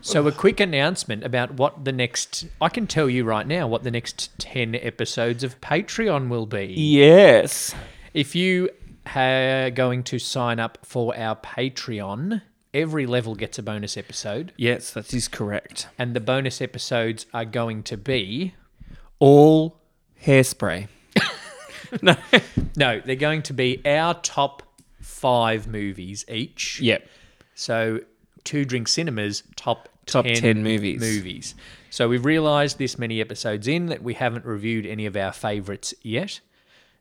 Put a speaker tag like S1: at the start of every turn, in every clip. S1: So, a quick announcement about what the next. I can tell you right now what the next 10 episodes of Patreon will be.
S2: Yes.
S1: If you are going to sign up for our Patreon, every level gets a bonus episode,
S2: Yes, that is correct.
S1: and the bonus episodes are going to be all.
S2: Hairspray.
S1: No, they're going to be our top five movies each.
S2: Yep.
S1: So, Two Drink Cinemas top
S2: Top
S1: 10,
S2: 10 movies.
S1: movies. So we've realised this many episodes in that we haven't reviewed any of our favourites yet.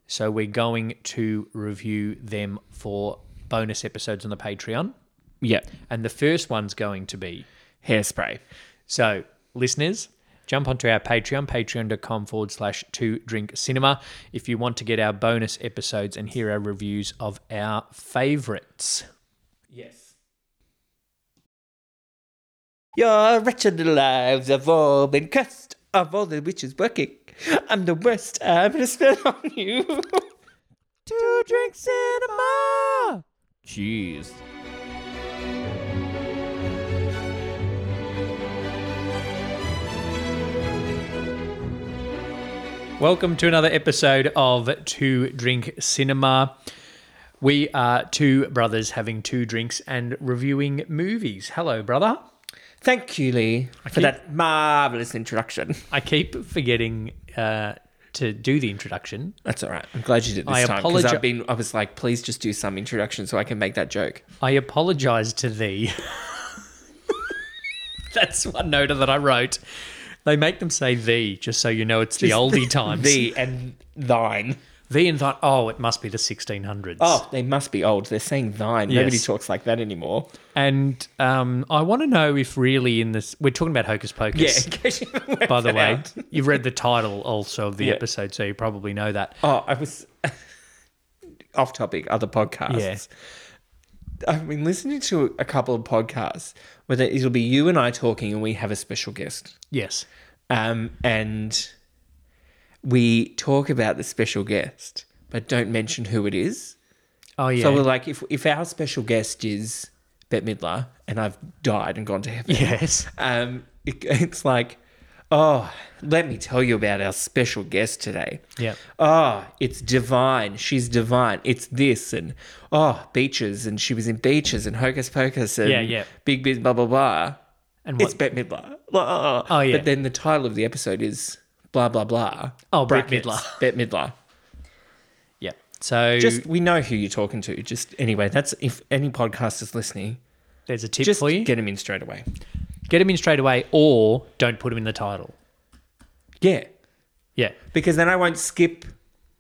S1: So we're going to review them for bonus episodes on the Patreon.
S2: Yep.
S1: And the first one's going to be
S2: Hairspray.
S1: so, listeners, jump onto our Patreon, patreon.com forward slash two drink cinema, if you want to get our bonus episodes and hear our reviews of our favourites.
S2: Yes. Your wretched lives have all been cursed of all the witches working. I'm the worst. I'm gonna spit on you. Two drinks cinema. Jeez.
S1: Welcome to another episode of Two Drink Cinema. We are two brothers having two drinks and reviewing movies. Hello, brother.
S2: Thank you, Lee, for
S1: keep-
S2: that marvelous introduction.
S1: I keep forgetting uh, to do the introduction.
S2: That's all right. I'm glad you did this
S1: I
S2: time
S1: apologi-
S2: I've been. I was like, please just do some introduction so I can make that joke.
S1: I apologise to thee. That's one note that I wrote. They make them say thee, just so you know it's the oldie times.
S2: Thee and thine.
S1: thee and thine. Oh, it must be the 1600s.
S2: Oh, they must be old. They're saying thine. Nobody
S1: Yes.
S2: talks like that anymore.
S1: And um, I want to know if really in this, we're talking about Hocus Pocus.
S2: case you haven't
S1: by
S2: worked
S1: the
S2: that
S1: way.
S2: out.
S1: You've read the title also of the
S2: Yeah.
S1: episode, so you probably know that.
S2: Oh, I was off topic, other podcasts.
S1: Yeah.
S2: I've been listening to a couple of podcasts where there- it'll be you and I talking and we have a special guest.
S1: Yes.
S2: Um, and we talk about the special guest, but don't mention who it is.
S1: Oh yeah.
S2: So we're like, if, if our special guest is Bette Midler and I've died and gone to heaven,
S1: yes.
S2: um, it, it's like, oh, let me tell you about our special guest today.
S1: Yeah.
S2: Oh, it's divine. She's divine. It's this and oh, beaches and she was in beaches and hocus pocus and
S1: Yeah, yeah.
S2: big biz blah blah blah.
S1: And
S2: It's
S1: what?
S2: Bette Midler. Blah.
S1: Oh, yeah.
S2: But then the title of the episode is blah blah blah.
S1: Oh, Bette
S2: Brackets,
S1: Midler.
S2: Bette Midler.
S1: yeah. So
S2: Just we know who you're talking to. Just anyway, that's if any podcast is listening,
S1: there's a tip
S2: just
S1: for you. Get,
S2: get him in straight away.
S1: them in straight away, or don't put them in the title.
S2: Yeah.
S1: Yeah.
S2: because then I won't skip.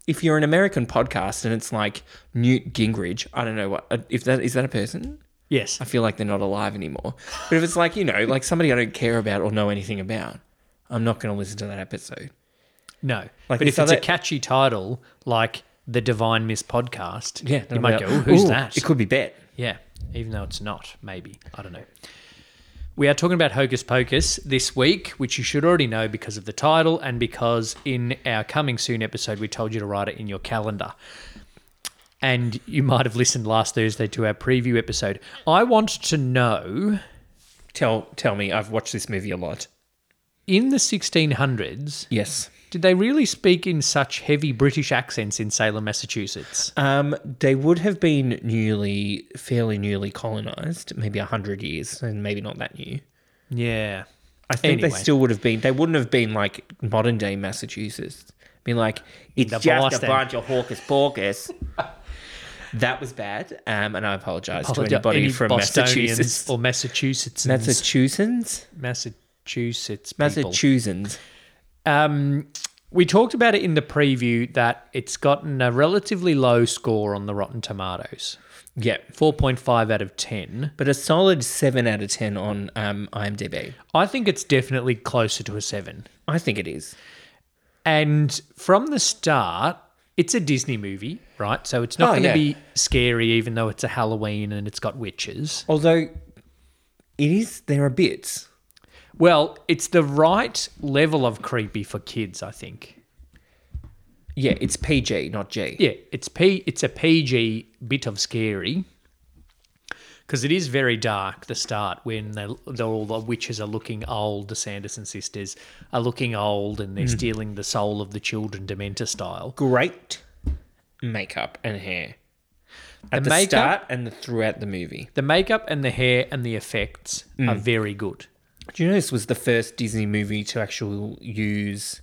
S2: If you're an American podcast and it's like Newt Gingrich, I don't know what if that is that a person.
S1: Yes.
S2: I feel like they're not alive anymore. But if it's like you know, like somebody I don't care about or know anything about, I'm not going to listen to that episode.
S1: No. but
S2: Like this
S1: if it's a
S2: other-
S1: catchy title like the Divine Miss podcast,
S2: Yeah,
S1: you
S2: then
S1: might
S2: I'll
S1: go,
S2: be
S1: "Ooh,
S2: like,
S1: "Who's
S2: "Ooh,
S1: that?"
S2: It could be Bet.
S1: Yeah, even though it's not, maybe. I don't know. We are talking about Hocus Pocus this week, which you should already know because of the title and because in our coming soon episode, we told you to write it in your calendar. And you might have listened last Thursday to our preview episode. I want to know
S2: Tell tell me, I've watched this movie a lot.
S1: in the 1600s,
S2: Yes.
S1: did they really speak in such heavy British accents in Salem, Massachusetts?
S2: Um, they would have been newly, fairly newly colonized, maybe hundred years, and maybe not that new.
S1: Yeah.
S2: I think
S1: Anyway.
S2: they still would have been. They wouldn't have been like modern day Massachusetts. Been like it's
S1: the
S2: just
S1: Boston."
S2: a bunch of hawkers porkers. that was bad, um, and I apologize to
S1: Apologi-
S2: anybody
S1: any
S2: from
S1: Bostonians
S2: Massachusetts.
S1: Or Massachusetts.
S2: Massachusetts,
S1: Massachusetts. people.
S2: Massachusetts.
S1: Um, we talked about it in the preview that it's gotten a relatively low score on the Rotten Tomatoes
S2: Yeah,
S1: 4.5 out of 10.
S2: but a solid seven out of ten on um, IMDb.
S1: I think it's definitely closer to a 7.
S2: I think it is.
S1: And from the start, it's a Disney movie, right? So it's not
S2: Oh,
S1: going to
S2: yeah.
S1: be scary, even though it's a Halloween and it's got witches.
S2: Although it is, there are bits.
S1: Well, it's the right level of creepy for kids, I think.
S2: Yeah, it's PG, not G.
S1: Yeah, it's P. It's a PG bit of scary because it is very dark. The start when they, the, all the witches are looking old, the Sanderson sisters are looking old, and they're
S2: Hmm.
S1: stealing the soul of the children, Dementor style.
S2: Great makeup and hair. At
S1: The
S2: the,
S1: makeup-
S2: start and the, throughout the movie.
S1: The makeup and the hair and the effects are
S2: Hmm.
S1: very good.
S2: Do you know this was the first Disney movie to actually use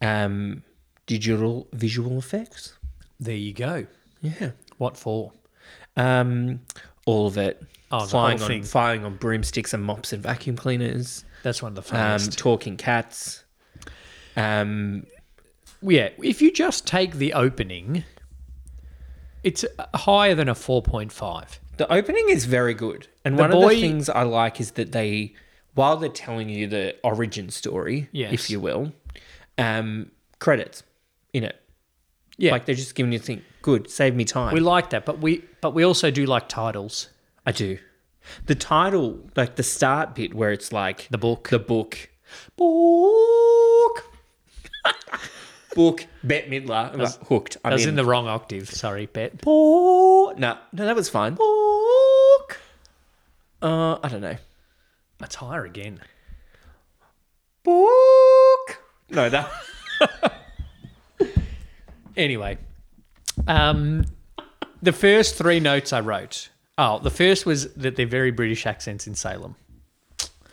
S2: um, digital visual effects?
S1: There you go.
S2: Yeah.
S1: What for?
S2: Um, all of it.
S1: Oh, the
S2: flying
S1: whole
S2: on
S1: thing.
S2: flying on broomsticks and mops and vacuum cleaners.
S1: That's one of the
S2: Um,
S1: funniest.
S2: talking cats. Um,
S1: yeah, if you just take the opening, it's uh, higher than a four point five.
S2: The opening is very good. And one of
S1: boy-
S2: the things I like is that they, while they're telling you the origin story,
S1: Yes.
S2: if you will, um, credits in it.
S1: Yeah,
S2: Like they're just giving you a thing. Good, save me time.
S1: we like that, but we but we also do like titles.
S2: I do. The title, like the start bit where it's like
S1: The book.
S2: the book,
S1: book.
S2: book, Bette Midler. I'm like, hooked. I'm
S1: I was
S2: in.
S1: in the wrong octave. Sorry, Bet.
S2: book. No, no, that was fine. Book. Uh, I don't know.
S1: That's higher again.
S2: Book. No, that.
S1: Anyway, um, the first three notes I wrote. Oh, the first was that they're very British accents in Salem,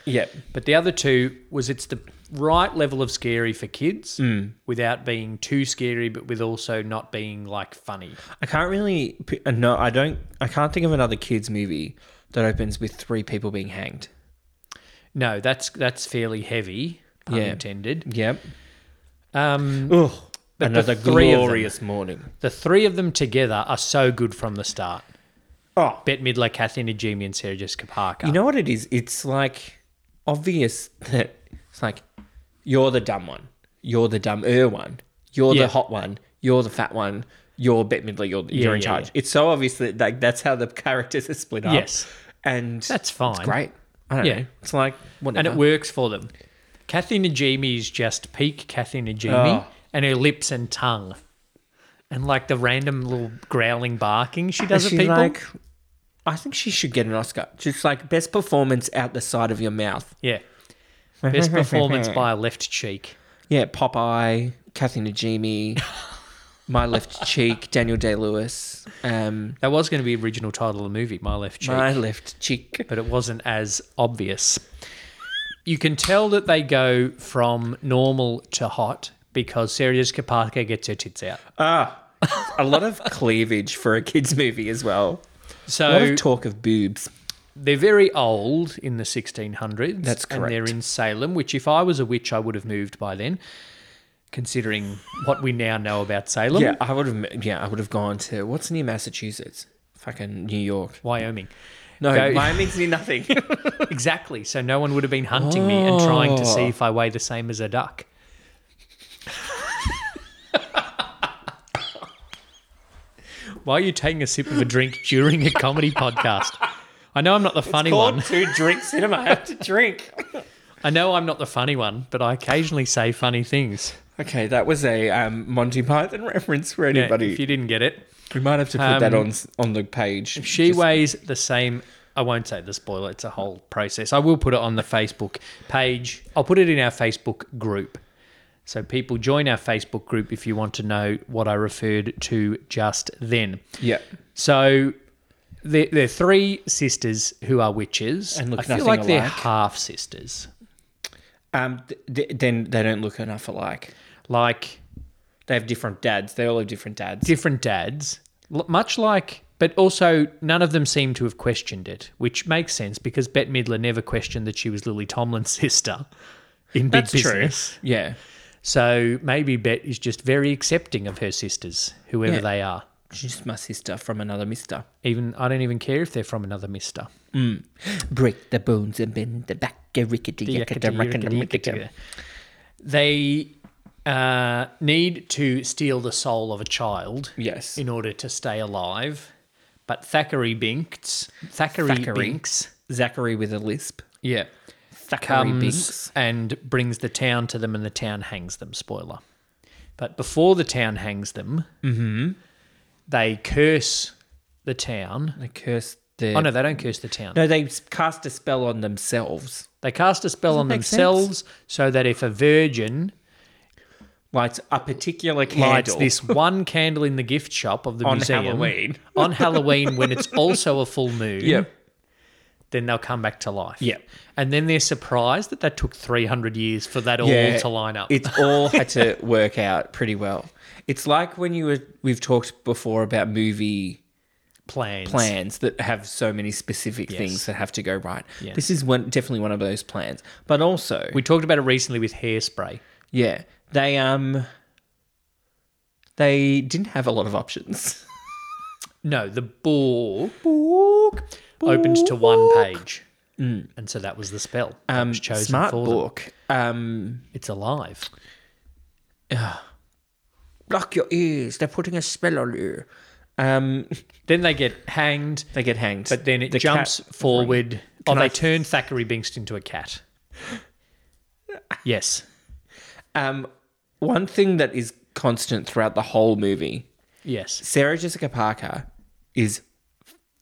S2: yep.
S1: but the other two was it's the right level of scary for kids
S2: Hmm.
S1: without being too scary, but with also not being like funny.
S2: I can't really. p- uh, No, I don't. I can't think of another kids movie that opens with three people being hanged.
S1: No, that's that's fairly heavy, pun
S2: Yeah.
S1: intended.
S2: Yep.
S1: Um,
S2: Ugh.
S1: the
S2: Another
S1: three of them-
S2: glorious morning.
S1: the three of them together are so good from the start.
S2: Oh,
S1: Bette Midler, Kathleen Najimy, and Sarah Jessica Parker.
S2: you know what it is? It's like obvious that it's like you're the dumb one, you're the dumber one, you're
S1: Yeah.
S2: the hot one, you're the fat one, you're Bette Midler, you're, you're in
S1: yeah,
S2: charge.
S1: yeah.
S2: It's so obvious that like that's how the characters are split up.
S1: Yes.
S2: and
S1: That's fine.
S2: It's great. I don't
S1: Yeah.
S2: know. It's like
S1: and
S2: whatever.
S1: it works for them. Kathy Najimy is just peak Kathy Najimy,
S2: Oh.
S1: and her lips and tongue, and like the random little growling barking she does
S2: Is
S1: at
S2: she
S1: people.
S2: like, I think she should get an Oscar. She's like best performance out the side of your mouth.
S1: yeah, best performance by a left cheek.
S2: Yeah, Popeye, Kathy Najimy, My Left Cheek, Daniel Day Lewis, um,
S1: That was going to be the original title of the movie, My Left Cheek,
S2: My Left Cheek.
S1: but it wasn't as obvious. You can tell that they go from normal to hot because Sarah Jessica Parker gets her tits out.
S2: Ah, a lot of cleavage for a kids movie as well. Oh. A lot
S1: So
S2: of talk of boobs.
S1: They're very old in the 1600s.
S2: That's
S1: And they're
S2: correct.
S1: in Salem, which, if I was a witch, I would have moved by then, considering what we now know about Salem,
S2: Yeah, I would have. Yeah, I would have gone to what's near Massachusetts. Fucking New York.
S1: Wyoming.
S2: No,
S1: Go-
S2: Wyoming's Oh, near nothing.
S1: exactly. So no one would have been hunting me and trying to
S2: Oh.
S1: see if I weigh the same as a duck. Why are you taking a sip of a drink during a comedy podcast? I know I'm not the funny one.
S2: two drink cinema. I have to drink.
S1: I know I'm not the funny one, but I occasionally say funny things.
S2: Okay, that was a um, Monty Python reference for
S1: Yeah,
S2: anybody.
S1: if you didn't get it.
S2: we might have to put that on s- on the page.
S1: She
S2: Just-
S1: weighs the same. I won't say the spoiler. It's a whole process. I will put it on the Facebook page. I'll put it in our Facebook group. So people join our Facebook group if you want to know what I referred to just then.
S2: yeah,
S1: So they're, they're three sisters who are witches.
S2: And look
S1: I feel
S2: nothing
S1: like they're
S2: alike.
S1: half sisters.
S2: um, th- th- then they don't look enough alike.
S1: Like
S2: They have different dads. They all have different dads.
S1: different dads, l- much like, but also none of them seem to have questioned it, which makes sense because Bette Midler never questioned that she was Lily Tomlin's sister in big business.
S2: true. Yeah,
S1: So maybe Bette is just very accepting of her sisters, whoever
S2: Yeah.
S1: they are.
S2: she's my sister from another mister.
S1: Even I don't even care if they're from another Mister.
S2: Break the bones and bend the back. a rickety yakata, rakata, mikata.
S1: They uh, need to steal the soul of a child.
S2: Yes.
S1: in order to stay alive. But Thackeray Binks, Thackeray,
S2: Thackeray.
S1: Binks,
S2: Zachary with a lisp.
S1: yeah,
S2: Zachary
S1: comes
S2: Binks.
S1: and brings the town to them, and the town hangs them. Spoiler. But before the town
S2: Mm-hmm.
S1: hangs them, they curse the town
S2: They curse The,
S1: Oh no, they don't curse the town.
S2: no, they cast a spell on themselves.
S1: They cast a spell on
S2: make sense?
S1: themselves so that if a virgin
S2: Lights a particular candle
S1: lights this one candle in the gift shop of the
S2: on
S1: museum
S2: Halloween.
S1: on Halloween when it's also a full moon,
S2: Yep.
S1: then they'll come back to life.
S2: Yep.
S1: And then they're surprised that that took 300 years for that all to line up.
S2: It's all had to work out pretty well. It's like when you were we've talked before about movie
S1: plans.
S2: plans that have so many specific things that have to go right.
S1: Yeah.
S2: This is one definitely one of those plans. But also
S1: We talked about it recently with hairspray.
S2: yeah, they um they didn't have a lot of options.
S1: No, the book, book, opens to one page. Mm. And so that was the spell. that
S2: Um
S1: was chosen
S2: smart
S1: for them.
S2: book. Um
S1: It's alive.
S2: block your ears, they're putting a spell on you. Um
S1: Then they get hanged.
S2: they get hanged.
S1: But then it
S2: The cat-
S1: jumps forward. Oh,
S2: Can
S1: they
S2: I-
S1: turn Thackeray Binks into a cat. Yes.
S2: um one thing that is constant throughout the whole movie
S1: Yes.
S2: Sarah Jessica Parker is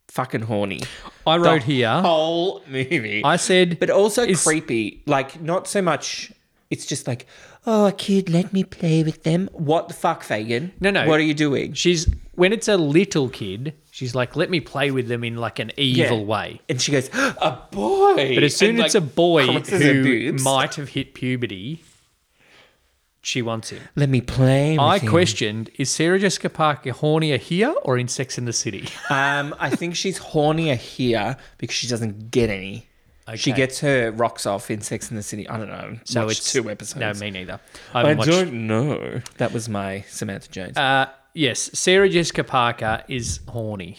S2: fucking horny.
S1: I wrote
S2: The
S1: here.
S2: Whole movie.
S1: I said,
S2: Oh. but also
S1: is-
S2: creepy. Like, not so much. It's just like, oh, kid, let me play with them. What the fuck, Fagin?
S1: No, no.
S2: What are you doing?
S1: she's when it's a little kid, she's like, "Let me play with them in like an evil
S2: Yeah.
S1: way."
S2: And she goes, a boy.
S1: But as soon
S2: And,
S1: as it's
S2: like,
S1: a boy
S2: caresses her
S1: who
S2: boobs.
S1: might have hit puberty, she wants him.
S2: let me play. With
S1: I
S2: him.
S1: questioned: Is Sarah Jessica Parker hornier here or in Sex in the City?
S2: Um, I think she's hornier here because she doesn't get any. She
S1: Okay.
S2: gets her rocks off in Sex in the City. I don't know. So it's
S1: it's-
S2: two episodes.
S1: no, me neither. I
S2: I
S1: haven't watched
S2: don't know. That was my Samantha Jones.
S1: Uh, yes, Sarah Jessica Parker is horny.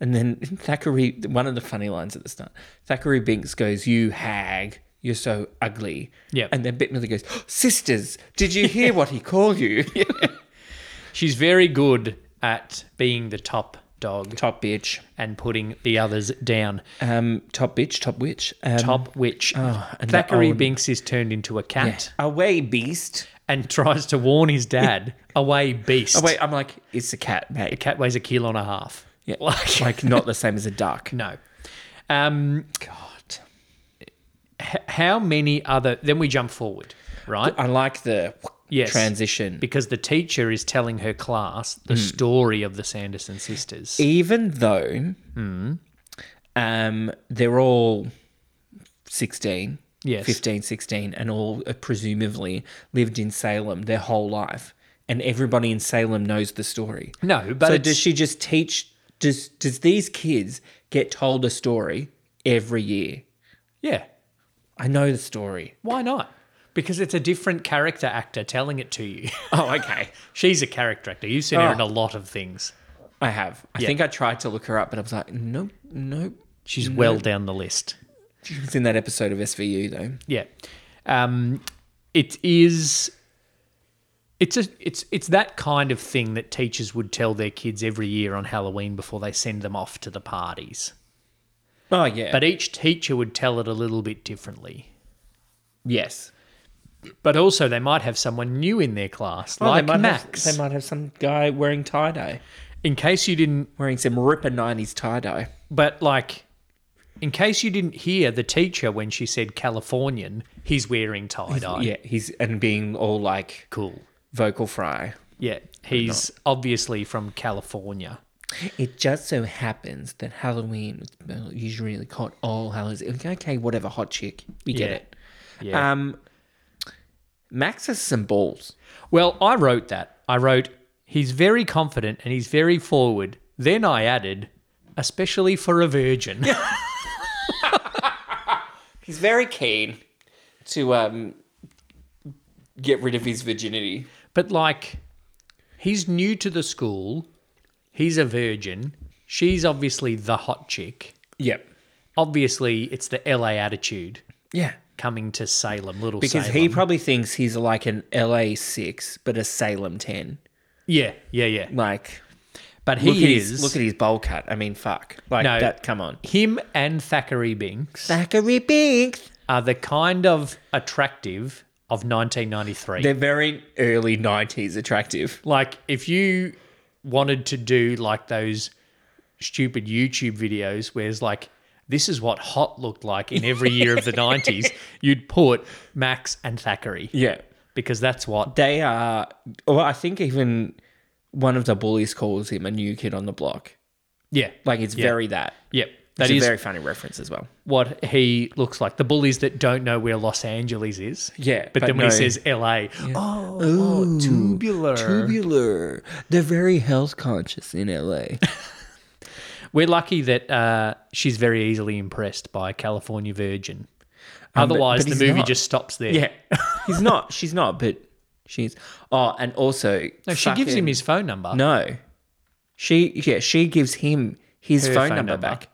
S2: and then Thackeray, one of the funny lines at the start, Thackeray Binks goes, "You hag, you're so ugly."
S1: Yep.
S2: And then Bette Miller goes, "Oh, "Sisters, did you hear what he called you?
S1: She's very good at being the top dog
S2: Top bitch.
S1: and putting the others down.
S2: Um, top bitch. Top witch. Um,
S1: top witch.
S2: oh, and that
S1: Thackeray
S2: old-
S1: Binks is turned into a cat
S2: Away, beast.
S1: and tries to warn his dad, away beast.
S2: Oh wait, I'm like, it's a cat,
S1: A
S2: mate.
S1: cat weighs a kilo and a half.
S2: Yeah.
S1: Like,
S2: like not the same as a duck.
S1: no. Um,
S2: God.
S1: h- how many other... Then we jump forward, right?
S2: I like the
S1: Yes.
S2: transition.
S1: Because the teacher is telling her class the
S2: Hmm.
S1: story of the Sanderson sisters.
S2: even though
S1: Hmm.
S2: um, they're all 16
S1: Yes.
S2: 15 16 and all uh, presumably lived in salem their whole life and everybody in salem knows the story
S1: no, but
S2: so
S1: it's-
S2: does she just teach does does these kids get told a story every year
S1: yeah.
S2: i know the story
S1: Why not? Because it's a different character actor telling it to you.
S2: oh okay
S1: She's a character actor. You've seen her
S2: Oh.
S1: in a lot of things.
S2: i have i think i tried to look her up but i was like nope nope
S1: She's well down the list.
S2: she was in that episode of svu though
S1: Yeah. Um, it is. It's a, it's it's that kind of thing that teachers would tell their kids every year on Halloween before they send them off to the parties.
S2: oh yeah
S1: But each teacher would tell it a little bit differently.
S2: yes
S1: But also, they might have someone new in their class,
S2: Oh,
S1: like
S2: they might
S1: Max.
S2: Have, they might have some guy wearing tie dye,
S1: in case you didn't
S2: wearing some ripper '90s tie dye.
S1: But like, in case you didn't hear the teacher when she said Californian, he's wearing tie dye.
S2: Yeah, he's and being all like
S1: Cool.
S2: vocal fry.
S1: Yeah, he's obviously from California.
S2: It just so happens that Halloween was usually caught all Hallows. Okay, whatever, hot chick, we get
S1: Yeah.
S2: it.
S1: Yeah.
S2: Um, Max has some balls.
S1: well, I wrote that. I wrote he's very confident and he's very forward. Then I added, especially for a virgin.
S2: He's very keen to um get rid of his virginity.
S1: but like, he's new to the school. He's a virgin. She's obviously the hot chick.
S2: Yep.
S1: Obviously, it's the LA attitude.
S2: Yeah.
S1: coming to Salem, little
S2: Because
S1: Salem.
S2: he probably thinks he's like an LA six, but a Salem ten.
S1: yeah, yeah, yeah.
S2: Like
S1: But
S2: look at
S1: he
S2: his-
S1: is
S2: look at his bowl cut. I mean, fuck. Like
S1: No.
S2: that. Come on.
S1: him and Thackeray Binks
S2: Thackeray Binks.
S1: are the kind of attractive of 1993.
S2: They're very early '90s attractive.
S1: like if you wanted to do like those stupid YouTube videos where it's like, this is what hot looked like in every year of the 90s, you'd put Max and Thackeray
S2: Yeah.
S1: because that's what.
S2: They are, well, I think even one of the bullies calls him a new kid on the block.
S1: Yeah.
S2: Like, it's
S1: Yeah.
S2: very that.
S1: Yep.
S2: That
S1: That is
S2: is a very funny reference as well.
S1: what he looks like. The bullies that don't know where Los Angeles is.
S2: Yeah,
S1: But,
S2: but
S1: then when
S2: no.
S1: he says LA, oh, oh, tubular.
S2: Tubular. They're very health conscious in LA.
S1: We're lucky that uh, she's very easily impressed by California Virgin. Otherwise,
S2: Um, but he's
S1: the movie
S2: not.
S1: just stops there.
S2: yeah. He's not. She's not, but she's. Oh, and also.
S1: No, she gives him
S2: fucking-
S1: his phone number.
S2: No. She, yeah, she gives him his
S1: Her
S2: phone,
S1: phone
S2: number
S1: number.
S2: back.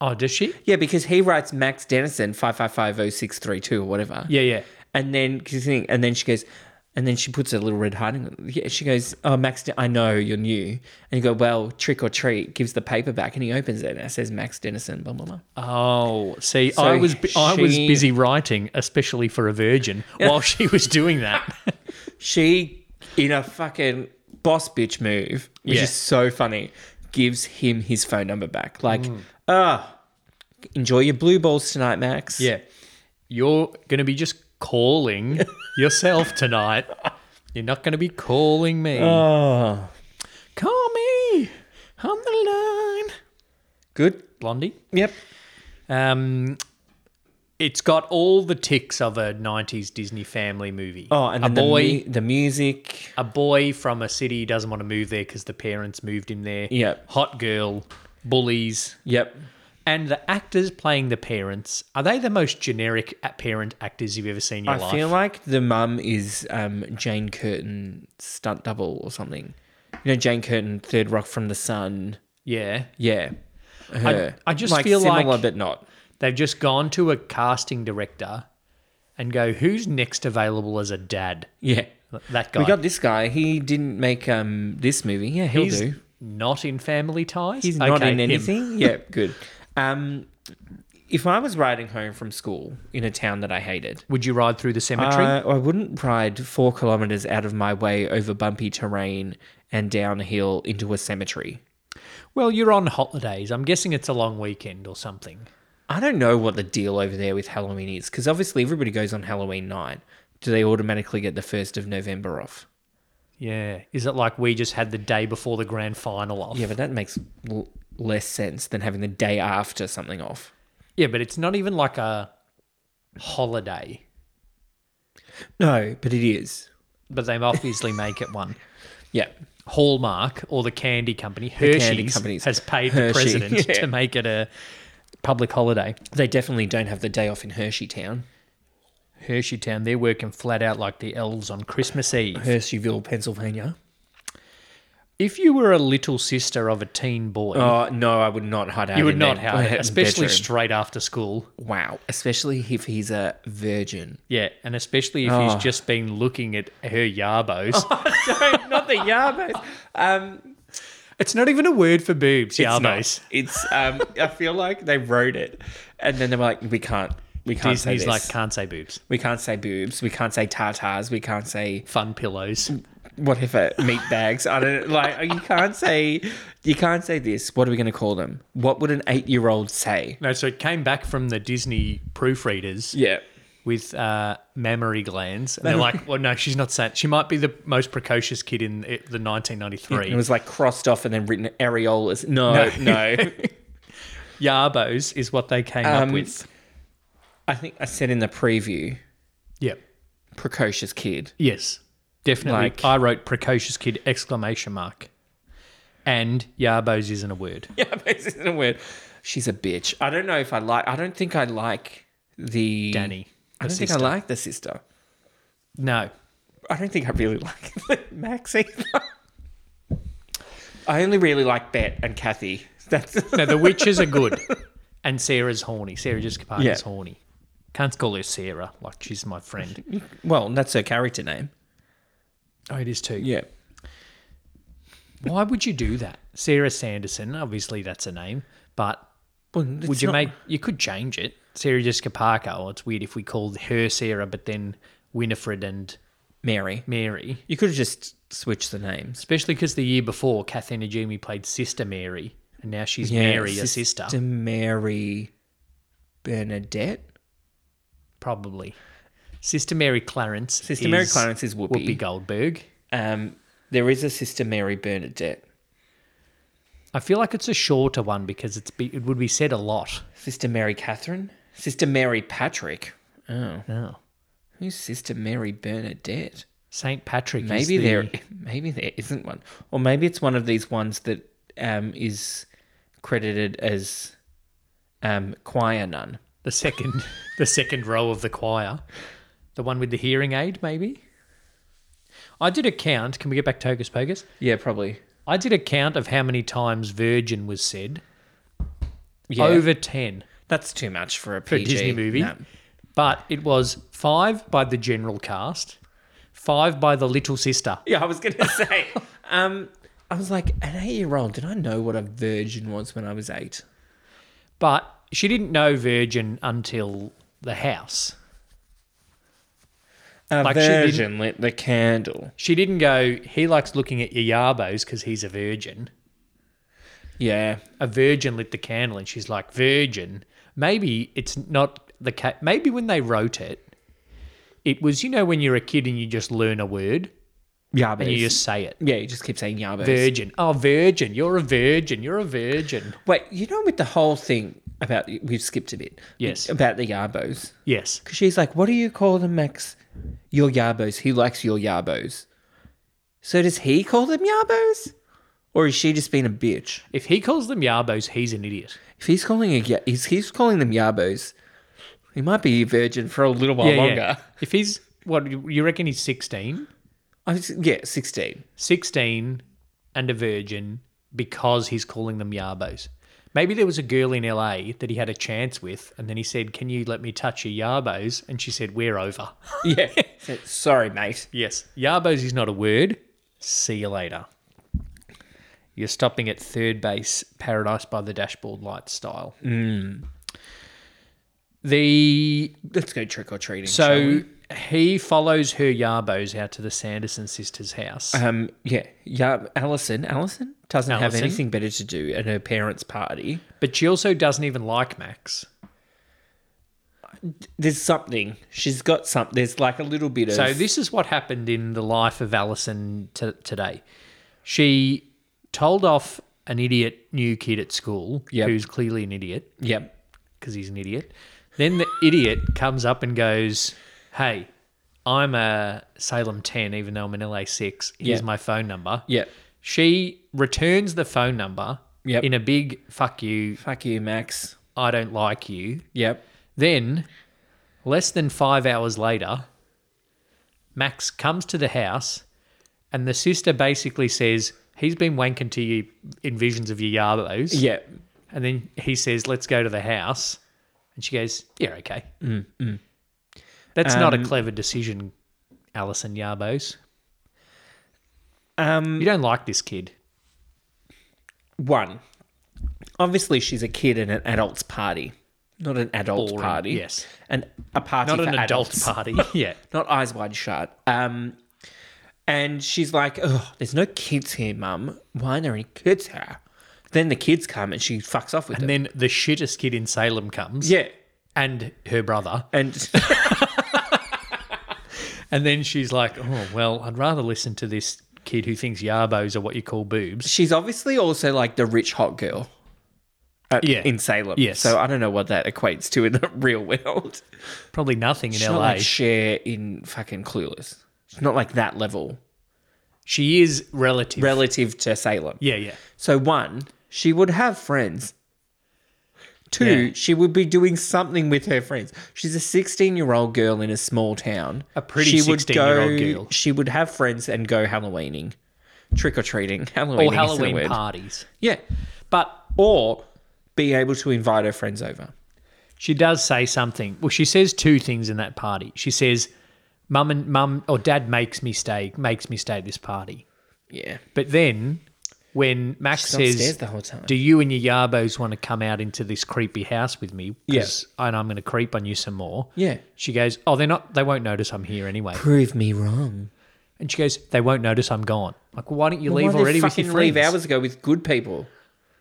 S1: Oh, does she?
S2: Yeah, because he writes Max Dennison five five five zero six three two or whatever.
S1: Yeah, yeah.
S2: and then 'cause you think- and then she goes, and then she puts a little red heart in. Yeah, she goes, "Oh, Max, Den- I know you're new." And you go, "Well, trick or treat." Gives the paper back, and he opens it, and it says Max Dennison. Blah blah blah.
S1: Oh, see, I was bu- I was
S2: she-
S1: busy writing, especially for a virgin, while she was doing that.
S2: She, in a fucking boss bitch move, which
S1: Yeah.
S2: is so funny, gives him his phone number back. Like,
S1: Mm.
S2: ah, enjoy your blue balls tonight, Max.
S1: yeah, you're going to be just calling yourself tonight. You're not going to be calling me.
S2: Oh,
S1: Call me on the line,
S2: good.
S1: Blondie.
S2: Yep.
S1: Um, it's got all the ticks of a '90s Disney family movie.
S2: Oh, and
S1: a
S2: then the
S1: boy,
S2: mu- the music.
S1: a boy from a city doesn't want to move there because the parents moved him there.
S2: Yep.
S1: hot girl, bullies,
S2: Yep.
S1: and the actors playing the parents are they the most generic a- parent actors you've ever seen in your
S2: I
S1: life?
S2: feel like the mum is um, Jane Curtin stunt double or something. You know Jane Curtin, Third Rock from the Sun.
S1: yeah,
S2: Yeah, her.
S1: I just feel
S2: similar,
S1: like-
S2: but not.
S1: they've just gone to a casting director and go, "Who's next available as a dad?"
S2: Yeah,
S1: That guy.
S2: we got this guy. He didn't make um this movie. Yeah, he'll
S1: He's
S2: do.
S1: not in Family Ties.
S2: He's not
S1: Okay,
S2: in
S1: him.
S2: anything. yeah, good. Um, if I was riding home from school in a town that I hated.
S1: Would you ride through the cemetery?
S2: Uh, I wouldn't ride four kilometers out of my way over bumpy terrain and down a hill into a cemetery.
S1: well, you're on holidays. I'm guessing it's a long weekend or something.
S2: I don't know what the deal over there with Halloween is because obviously everybody goes on Halloween night. Do they automatically get the 1st of November off?
S1: Yeah. Is it like we just had the day before the grand final off?
S2: Yeah, but that makes l- less sense than having the day after something off.
S1: Yeah, but it's not even like a holiday,
S2: No, but it is.
S1: but they obviously make it one.
S2: Yeah.
S1: Hallmark or the candy company,
S2: candy
S1: Hershey's,
S2: companies.
S1: has paid
S2: Hershey,
S1: the president
S2: yeah.
S1: to make it a public holiday.
S2: They definitely don't have the day off in Hershey Town,
S1: Hershey Town, they're working flat out like the elves on Christmas Eve.
S2: Hersheyville, Pennsylvania.
S1: If you were a little sister of a teen boy,
S2: Oh, no, I would not hide out.
S1: you would
S2: in
S1: not
S2: their-
S1: have,
S2: their
S1: it, especially
S2: bedroom.
S1: straight after school.
S2: wow. Especially if he's a virgin.
S1: Yeah, and especially if
S2: Oh.
S1: he's just been looking at her yarbos.
S2: not the Yarbos. Um,
S1: It's not even a word for boobs, yarbos.
S2: It's um I feel like they wrote it and then they were like, We can't we can't say
S1: Disney's
S2: this.
S1: like can't say boobs.
S2: we can't say boobs, we can't say tartars, we can't say
S1: Fun pillows.
S2: Mm. whatever meat bags. I don't like you can't say you can't say this. What are we gonna call them? What would an eight year old say?
S1: No, so it came back from the Disney proofreaders
S2: Yeah.
S1: with uh, mammary glands, and they're like, "Well, no, she's not saying. She might be the most precocious kid in i- the 1993."
S2: It was like crossed off and then written areolas. No, no.
S1: Yarbos is what they came up
S2: Um,
S1: with.
S2: I think I said in the preview,
S1: Yep.
S2: precocious kid.
S1: Yes, definitely.
S2: Like-
S1: I wrote precocious kid exclamation mark, and yarbos isn't a word.
S2: Yeah, but this isn't a word. She's a bitch. I don't know if I like. I don't think I like the
S1: Danny,
S2: I don't
S1: the
S2: think I
S1: sister.
S2: like the sister.
S1: No,
S2: I don't think I really like Max either. I only really like Bet and Kathy. That's
S1: no, the witches are good, and Sarah's horny. Sarah Jessica Parker's
S2: Yeah.
S1: horny. Can't call her Sarah, like she's my friend.
S2: well, that's her character name.
S1: Oh, it is too.
S2: Yeah,
S1: Why would you do that? Sarah Sanderson, obviously that's a name, but
S2: well,
S1: would you make you could change it. Sarah Jessica Parker, or it's weird if we called her Sarah, but then Winifred and
S2: Mary?
S1: Mary.
S2: You could have just switched the names.
S1: Especially because the year before, Kathleen Najimy played Sister Mary. And now she's
S2: Yeah,
S1: Mary, a sister.
S2: Mary Bernadette.
S1: Probably. Sister Mary Clarence.
S2: Sister Mary Clarence is Whoopi.
S1: Whoopi Goldberg.
S2: Um, there is a Sister Mary Bernadette.
S1: I feel like it's a shorter one because it's be, it would be said a lot.
S2: Sister Mary Catherine. Sister Mary Patrick. Oh,
S1: Oh.
S2: who's Sister Mary Bernadette?
S1: St. Patrick is
S2: Maybe
S1: the-
S2: there, maybe there isn't one, or maybe it's one of these ones that um, is credited as um, choir nun.
S1: the second the second row of the choir. The one with the hearing aid, maybe? I did a count. Can we get back to Hocus Pocus?
S2: Yeah, probably.
S1: I did a count of how many times virgin was said.
S2: Yeah,
S1: Over 10.
S2: that's too much for a,
S1: for a
S2: PG.
S1: Disney movie.
S2: No.
S1: But it was five by the general cast, five by the little sister.
S2: Yeah, I was gonna say. um, I was like an eight-year-old. Did I know what a virgin was when I was eight?
S1: But she didn't know Virgin until the house.
S2: A
S1: Like she
S2: virgin lit the candle.
S1: She didn't go, he likes looking at your yabos because he's a virgin.
S2: Yeah,
S1: A virgin lit the candle and she's like, Virgin. Maybe it's not the case. Maybe when they wrote it, it was, you know, when you're a kid and you just learn a word
S2: yabos.
S1: and you just say it.
S2: yeah, you just keep saying yabos.
S1: Virgin. Oh, virgin. You're a virgin. You're a virgin.
S2: Wait, you know with the whole thing about we've skipped a bit.
S1: Yes.
S2: about the yabos.
S1: Yes.
S2: Because she's like, what do you call them, Max? Your yabos. He likes your yabos. So does he call them yabos? Or is she just being a bitch?
S1: If he calls them yabos, he's an idiot.
S2: If he's calling a, ya- if he's calling them yabos, he might be a virgin for a little while longer.
S1: If he's what you you reckon he's 16?
S2: I was, yeah, 16.
S1: 16 and a virgin because he's calling them yabos. Maybe there was a girl in LA that he had a chance with, and then he said, Can you let me touch your yabos? And she said, We're over.
S2: Yeah. So, Sorry, mate.
S1: yes, yabos is not a word. See you later. You're stopping at third base, paradise by the dashboard light style.
S2: Hmm.
S1: The
S2: Let's go trick or treating. shall we?
S1: So he follows her yarbos out to the Sanderson sisters' house.
S2: um, yeah, yeah. Allison, Allison doesn't
S1: Allison?
S2: have anything better to do at her parents' party.
S1: But she also doesn't even like Max.
S2: There's something. She's got something. There's like a little bit of.
S1: So this is what happened in the life of Alison t- today. She told off an idiot new kid at school
S2: Yep.
S1: who's clearly an idiot
S2: Yep.
S1: because he's an idiot. Then the idiot comes up and goes, "Hey, I'm a Salem 10 even though I'm an LA 6. Here's
S2: Yep.
S1: my phone number."
S2: Yep.
S1: She returns the phone number
S2: Yep.
S1: in a big fuck you
S2: Fuck you, Max.
S1: I don't like you.
S2: Yep.
S1: Then, less than five hours later, Max comes to the house and the sister basically says, He's been wanking to you in visions of your yabos.
S2: Yep.
S1: And then he says, Let's go to the house. And she goes, Yeah, okay. mm. That's not a clever decision, Alison Yarbos.
S2: Um,
S1: You don't like this kid.
S2: one. Obviously, she's a kid at an adult's party, not an adult
S1: Boring,
S2: party.
S1: yes.
S2: and a party
S1: Not
S2: for
S1: an
S2: adults.
S1: adult party. yeah.
S2: not eyes wide shut. Um, and she's like, "Oh, there's no kids here, Mum. Why aren't there any kids here?" Then the kids come and she fucks off with
S1: And
S2: them.
S1: then the shittest kid in Salem comes
S2: yeah,
S1: and her brother.
S2: and
S1: And then she's like, "Oh well, I'd rather listen to this kid who thinks yarbos are what you call boobs."
S2: she's obviously also like the rich hot girl. at-
S1: Yeah.
S2: in Salem.
S1: Yes.
S2: so I don't know what that equates to in the real world.
S1: Probably nothing in
S2: She's
S1: LA.
S2: not like Cher in fucking Clueless. It's not like that level
S1: she is relative.
S2: relative to Salem.
S1: yeah, yeah.
S2: So one, she would have friends. Two,
S1: Yeah.
S2: she would be doing something with her friends. She's a 16-year-old girl in a small town.
S1: A pretty
S2: She would
S1: 16-year-old
S2: go-
S1: girl.
S2: She would have friends and go Halloweening, trick or treating, Halloween
S1: Or Halloween parties.
S2: Yeah,
S1: But
S2: or be able to invite her friends over.
S1: she does say something. Well, she says two things in that party. She says, "Mum and mum or dad makes me stay makes me stay at this party."
S2: Yeah,
S1: But then when Max
S2: She's
S1: says,
S2: upstairs the whole time.
S1: "Do you and your yarbos want to come out into this creepy house with me?" 'Cause- and I'm going to creep on you some more.
S2: Yeah.
S1: She goes, "Oh, they're not. They won't notice I'm here anyway."
S2: prove me wrong.
S1: And she goes, "They won't notice I'm gone." Like, well, why don't you
S2: Why
S1: leave
S2: did they
S1: already with
S2: fucking
S1: your
S2: leave
S1: friends?
S2: hours ago with good people?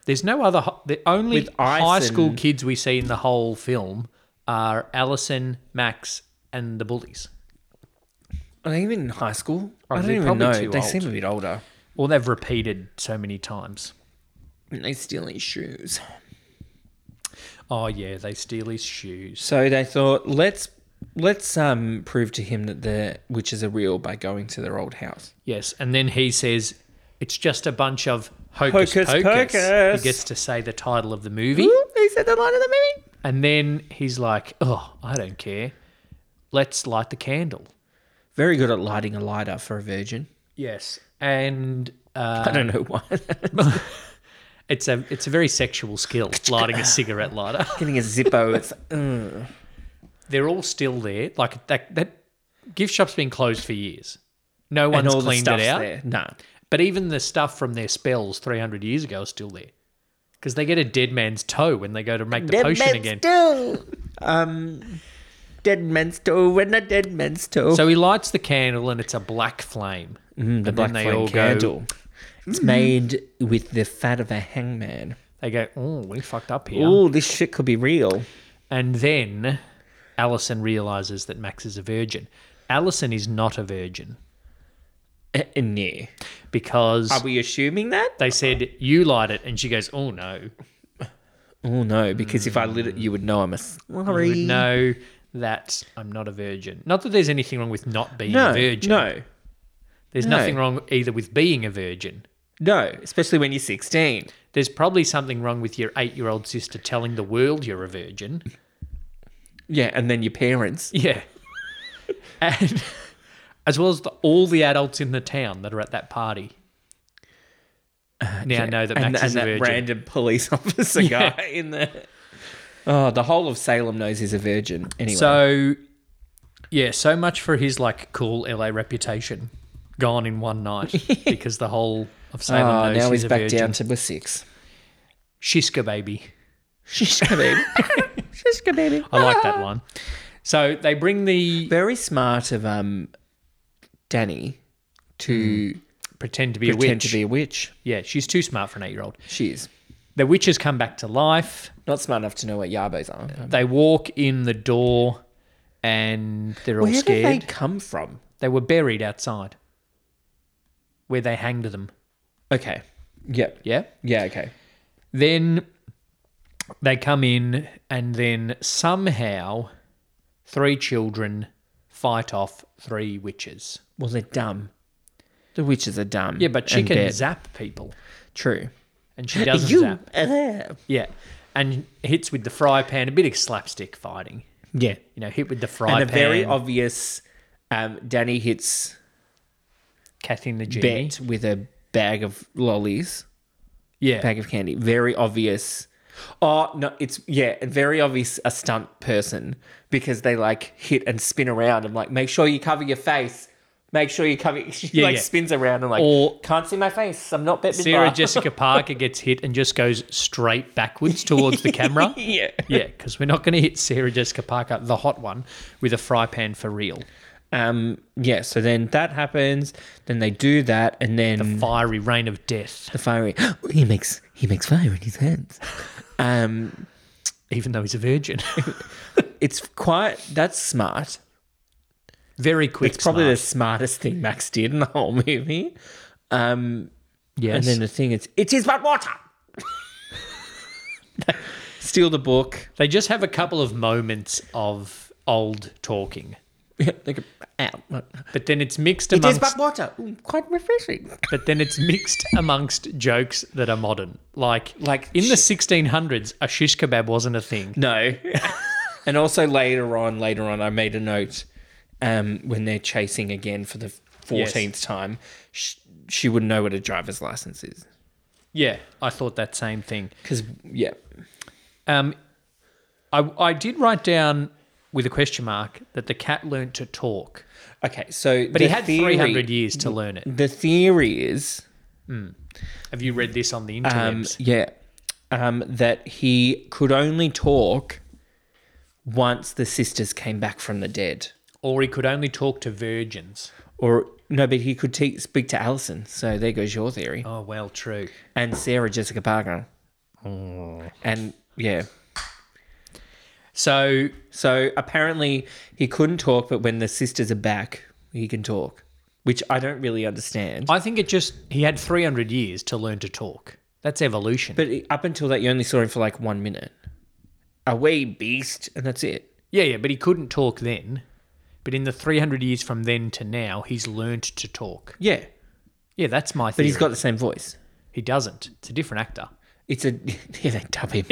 S1: There's no other. hi- The only
S2: With ice
S1: high school
S2: and-
S1: kids we see in the whole film are Allison, Max, and the bullies.
S2: Are they even in high school? I don't
S1: they're
S2: even
S1: probably
S2: know.
S1: too
S2: They
S1: old.
S2: seem a bit older.
S1: Well, they've repeated so many times.
S2: And they steal his shoes.
S1: Oh yeah, they steal his shoes.
S2: So they thought, let's let's um prove to him that the witches are real by going to their old house.
S1: Yes, and then he says, "It's just a bunch of hocus,
S2: Hocus
S1: pocus."
S2: pocus.
S1: He gets to say the title of the movie,
S2: he said the line of the movie.
S1: and then he's like, "Oh, I don't care. Let's light the candle."
S2: Very good at lighting a lighter for a virgin.
S1: Yes, and
S2: I
S1: uh,
S2: don't know why.
S1: it's a it's a very sexual skill, lighting a cigarette lighter.
S2: Getting a Zippo. It's
S1: They're all still there. Like that that gift shop's been closed for years. No one's
S2: and all the
S1: cleaned it
S2: stuff's
S1: out.
S2: there. Nah.
S1: But even the stuff from their spells 300 years ago is still there. Because they get a dead man's toe when they go to make the potion again.
S2: toe. Um, dead man's toe and a dead man's toe.
S1: So he lights the candle and it's a black flame.
S2: Mm, the
S1: and
S2: black
S1: then they
S2: flame
S1: all go-
S2: candle. It's made with the fat of a hangman.
S1: They go, oh, we fucked up here.
S2: Ooh, this shit could be real.
S1: And then Allison realizes that Max is a virgin. Allison is not a virgin
S2: Uh, no.
S1: because
S2: Are we assuming that?
S1: they said, you light it. And she goes, oh, no.
S2: Oh no, because if I lit it, you would know I'm a
S1: You
S2: sorry.
S1: would know that I'm not a virgin. Not that there's anything wrong with not being
S2: no,
S1: a virgin.
S2: no,
S1: There's
S2: no.
S1: nothing wrong either with being a virgin.
S2: no. Especially when you're 16.
S1: There's probably something wrong with your eight year old sister telling the world you're a virgin.
S2: Yeah, and then your parents.
S1: Yeah. and as well as the, all the adults in the town that are at that party now know that Max
S2: and,
S1: is
S2: and
S1: a
S2: that
S1: virgin.
S2: random police officer
S1: Yeah.
S2: guy in the. Oh, the whole of Salem knows he's a virgin. Anyway,
S1: So, yeah, so much for his like cool LA reputation gone in one night because the whole of
S2: Oh,
S1: Salem knows
S2: now
S1: he's
S2: he's
S1: a
S2: back
S1: virgin.
S2: down to the six.
S1: Shiska baby.
S2: Shishka baby. Shishka baby.
S1: I like that one. So they bring the
S2: Very smart of um, Danny to
S1: pretend to be a
S2: pretend
S1: witch.
S2: to Mm. be a witch.
S1: Yeah, she's too smart for an eight year old.
S2: She is
S1: The witches come back to life.
S2: not smart enough to know what yabos are.
S1: They walk in the door and they're all
S2: Where did they
S1: scared.
S2: come from?
S1: They were buried outside where they hanged them.
S2: Okay. Yep.
S1: Yeah.
S2: Yeah. Okay.
S1: Then they come in and then somehow three children fight off three witches.
S2: Well, they're dumb. The witches are dumb.
S1: Yeah, but she
S2: and
S1: can
S2: bad.
S1: zap people
S2: True.
S1: and she doesn't
S2: you
S1: zap.
S2: are there.
S1: Yeah. And hits with the fry pan, a bit of slapstick fighting.
S2: Yeah.
S1: You know, hit with the fry
S2: And a
S1: pan.
S2: very obvious. Um, Danny hits
S1: Kathy and the genie.
S2: Bet with a bag of lollies.
S1: Yeah.
S2: bag of candy. Very obvious. Oh no, it's yeah, very obvious a stunt person because they like hit and spin around and like make sure you cover your face. Make sure you cover. She
S1: Yeah,
S2: like
S1: yeah.
S2: spins around and like
S1: Or-
S2: can't see my face. I'm not Bette
S1: Sarah
S2: Midler.
S1: Jessica Parker gets hit and just goes straight backwards towards the camera.
S2: yeah.
S1: Yeah, because we're not going to hit Sarah Jessica Parker, the hot one, with a fry pan for real.
S2: Um. Yeah. So then that happens. Then they do that, and then the,
S1: Fiery rain of death,
S2: fiery. he makes he makes fire in his hands. um.
S1: even though he's a virgin.
S2: It's quite. That's smart.
S1: Very quick.
S2: It's probably
S1: smart.
S2: the smartest thing Max did in the whole movie. Um.
S1: yes.
S2: And then the thing is, it is but water. Steal the book.
S1: they just have a couple of moments of old talking,
S2: They go, "Ow."
S1: but then it's mixed
S2: It is
S1: amongst.
S2: but water. Mm, Quite refreshing.
S1: but then it's mixed amongst jokes that are modern, like
S2: Like
S1: in the
S2: sh-
S1: 1600s, a shish kebab wasn't a thing.
S2: No. and also later on, later on, I made a note um, when they're chasing again for the 14th time, she, she would know what a driver's license is.
S1: Yeah, I thought that same thing.
S2: Because, yeah.
S1: Um, I, I did write down with a question mark that the cat learnt to talk,
S2: Okay, so.
S1: but he had 300 years to learn it.
S2: The theory is
S1: Have you read this on the
S2: um,
S1: internet?
S2: yeah, um, that he could only talk once the sisters came back from the dead,
S1: or he could only talk to virgins.
S2: or no, but he could te- speak to Alison. So there goes your theory,
S1: Oh, well, true.
S2: and Sarah Jessica Parker.
S1: Oh.
S2: And yeah.
S1: So
S2: So apparently he couldn't talk, but when the sisters are back, he can talk, which I don't really understand.
S1: I think it just he had 300 years to learn to talk. That's evolution.
S2: but up until that, you only saw him for like one minute. Away, beast. And that's it.
S1: yeah, yeah, but he couldn't talk then. But in the 300 years from then to now, he's learned to talk.
S2: Yeah.
S1: Yeah, that's my theory.
S2: But he's got the same voice.
S1: he doesn't. It's a different actor.
S2: It's a. Yeah, they dub him.